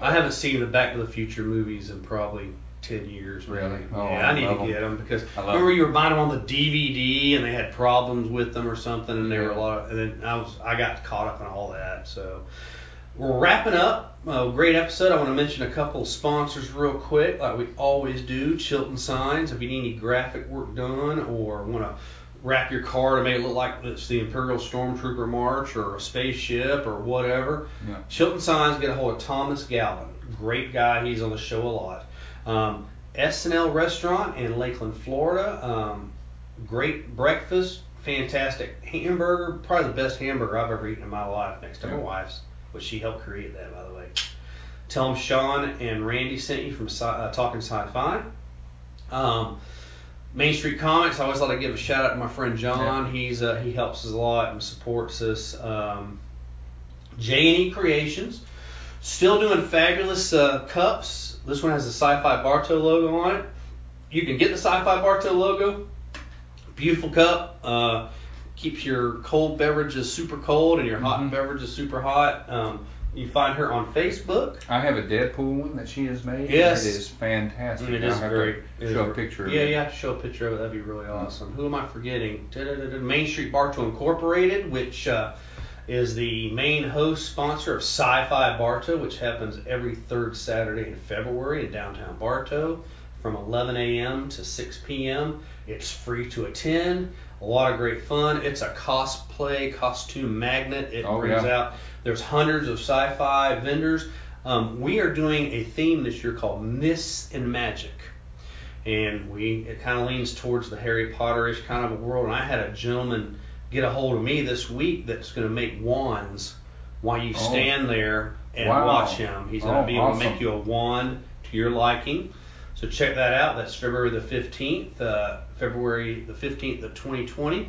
Speaker 1: I haven't seen the Back to the Future movies in probably 10 years,
Speaker 2: Really? Oh,
Speaker 1: yeah, I,
Speaker 2: I
Speaker 1: need
Speaker 2: love
Speaker 1: to
Speaker 2: 'em.
Speaker 1: get them because
Speaker 2: I love
Speaker 1: remember
Speaker 2: 'em.
Speaker 1: you were buying them on the DVD and they had problems with them or something, and there were
Speaker 2: Yeah.
Speaker 1: a lot of, and then I was I got caught up in all that. So we're wrapping up. A great episode. I want to mention a couple sponsors real quick, like we always do. Chilton Signs. If you need any graphic work done or want to wrap your car to make it look like it's the Imperial Stormtrooper March or a spaceship or whatever,
Speaker 2: Yeah.
Speaker 1: Chilton Signs. Get a hold of Thomas Galvin. Great guy. He's on the show a lot. Um, SNL Restaurant in Lakeland, Florida. Um, great breakfast, fantastic hamburger, probably the best hamburger I've ever eaten in my life. Next to my
Speaker 2: Yeah.
Speaker 1: wife's, which she helped create that, by the way. Tell them Sean and Randy sent you from Sci- uh, Talking Sci-Fi. Um, Main Street Comics. I always like to give a shout out to my friend John. He's uh, he helps us a lot and supports us. Um, J and E Creations. Still doing fabulous uh, cups. This one has the Sci-Fi Bartow logo on it. You can get the Sci-Fi Bartow logo. Beautiful cup. Uh, keeps your cold beverages super cold and your hot
Speaker 2: Mhm.
Speaker 1: beverages super hot. Um, you find her on Facebook.
Speaker 2: I have a Deadpool one that she has made.
Speaker 1: Yes.
Speaker 2: It is fantastic.
Speaker 1: It
Speaker 2: I'll
Speaker 1: is
Speaker 2: have
Speaker 1: very.
Speaker 2: to show a picture of
Speaker 1: Yeah,
Speaker 2: it. Mm-hmm.
Speaker 1: yeah, show a picture of it. That'd be really awesome. Who am I forgetting? Da-da-da-da. Main Street Bartow Incorporated, which uh, is the main host sponsor of Sci-Fi Bartow, which happens every third Saturday in February in downtown Bartow, from 11 a.m. to 6 p.m. It's free to attend. A lot of great fun. It's a cosplay costume magnet. It
Speaker 2: Oh,
Speaker 1: brings
Speaker 2: yeah.
Speaker 1: out. There's hundreds of sci-fi vendors. Um, we are doing a theme this year called Myths and Magic and we it kind of leans towards the Harry Potterish kind of a world. And I had a gentleman get a hold of me this week that's going to make wands while you
Speaker 2: Oh.
Speaker 1: stand there and
Speaker 2: Wow.
Speaker 1: watch him. He's going to
Speaker 2: Oh,
Speaker 1: be able to make
Speaker 2: awesome.
Speaker 1: you a wand to your liking. So check that out. That's February the 15th, uh, February the 15th of 2020.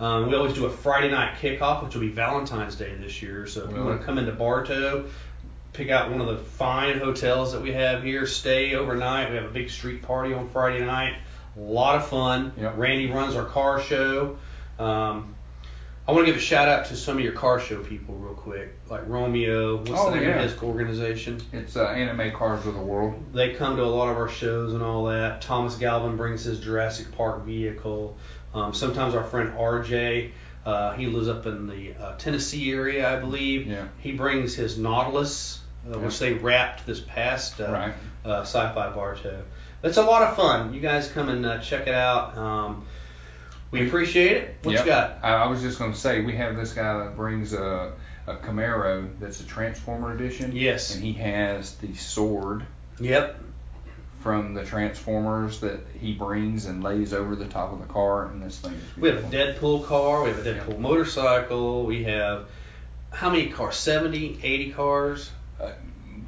Speaker 1: Um, we always do a Friday night kickoff, which will be Valentine's Day this year. So if you
Speaker 2: Really?
Speaker 1: want to come into Bartow, pick out one of the fine hotels that we have here, stay overnight. We have a big street party on Friday night. A lot of fun.
Speaker 2: Yep.
Speaker 1: Randy runs our car show. Um, I want to give a shout out to some of your car show people real quick, like Romeo. What's
Speaker 2: Oh,
Speaker 1: the name
Speaker 2: yeah.
Speaker 1: of his organization?
Speaker 2: It's uh, Anime Cars of the World.
Speaker 1: They come to a lot of our shows and all that. Thomas Galvin brings his Jurassic Park vehicle. Um, sometimes our friend RJ, uh, he lives up in the uh, Tennessee area, I believe.
Speaker 2: Yeah.
Speaker 1: He brings his Nautilus, uh, which they wrapped this past uh,
Speaker 2: Right.
Speaker 1: uh, Sci-Fi Bar Show. That's a lot of fun. You guys come and uh, check it out. Um, we appreciate it. What
Speaker 2: Yep.
Speaker 1: you got?
Speaker 2: I, I was just going to say, we have this guy that brings a, a Camaro that's a Transformer edition.
Speaker 1: Yes.
Speaker 2: And he has the sword
Speaker 1: Yep.
Speaker 2: from the Transformers that he brings and lays over the top of the car, and this thing is
Speaker 1: We have a
Speaker 2: beautiful.
Speaker 1: Deadpool car. We have a Deadpool motorcycle. We have how many cars? 70, 80 cars?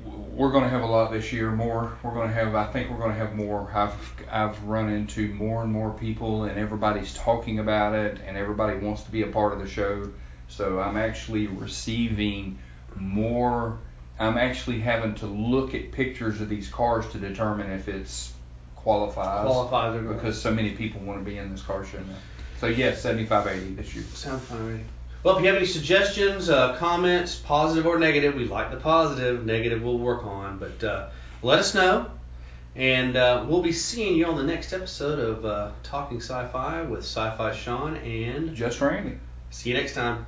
Speaker 2: We're going to have a lot this year. More. We're going to have. I think we're going to have more. I've I've run into more and more people, and everybody's talking about it, and everybody wants to be a part of the show. So I'm actually receiving more. I'm actually having to look at pictures of these cars to determine if it's qualifies.
Speaker 1: qualifies or because
Speaker 2: Because so many people want to be in this car show now. So yes, 7580 this year.
Speaker 1: sound funny. Well, if you have any suggestions, uh, comments, positive or negative, we like the positive. Negative we'll work on, but uh, let us know, and uh, we'll be seeing you on the next episode of uh, Talking Sci-Fi with Sci-Fi Sean, and
Speaker 2: Just Randy.
Speaker 1: see you next time.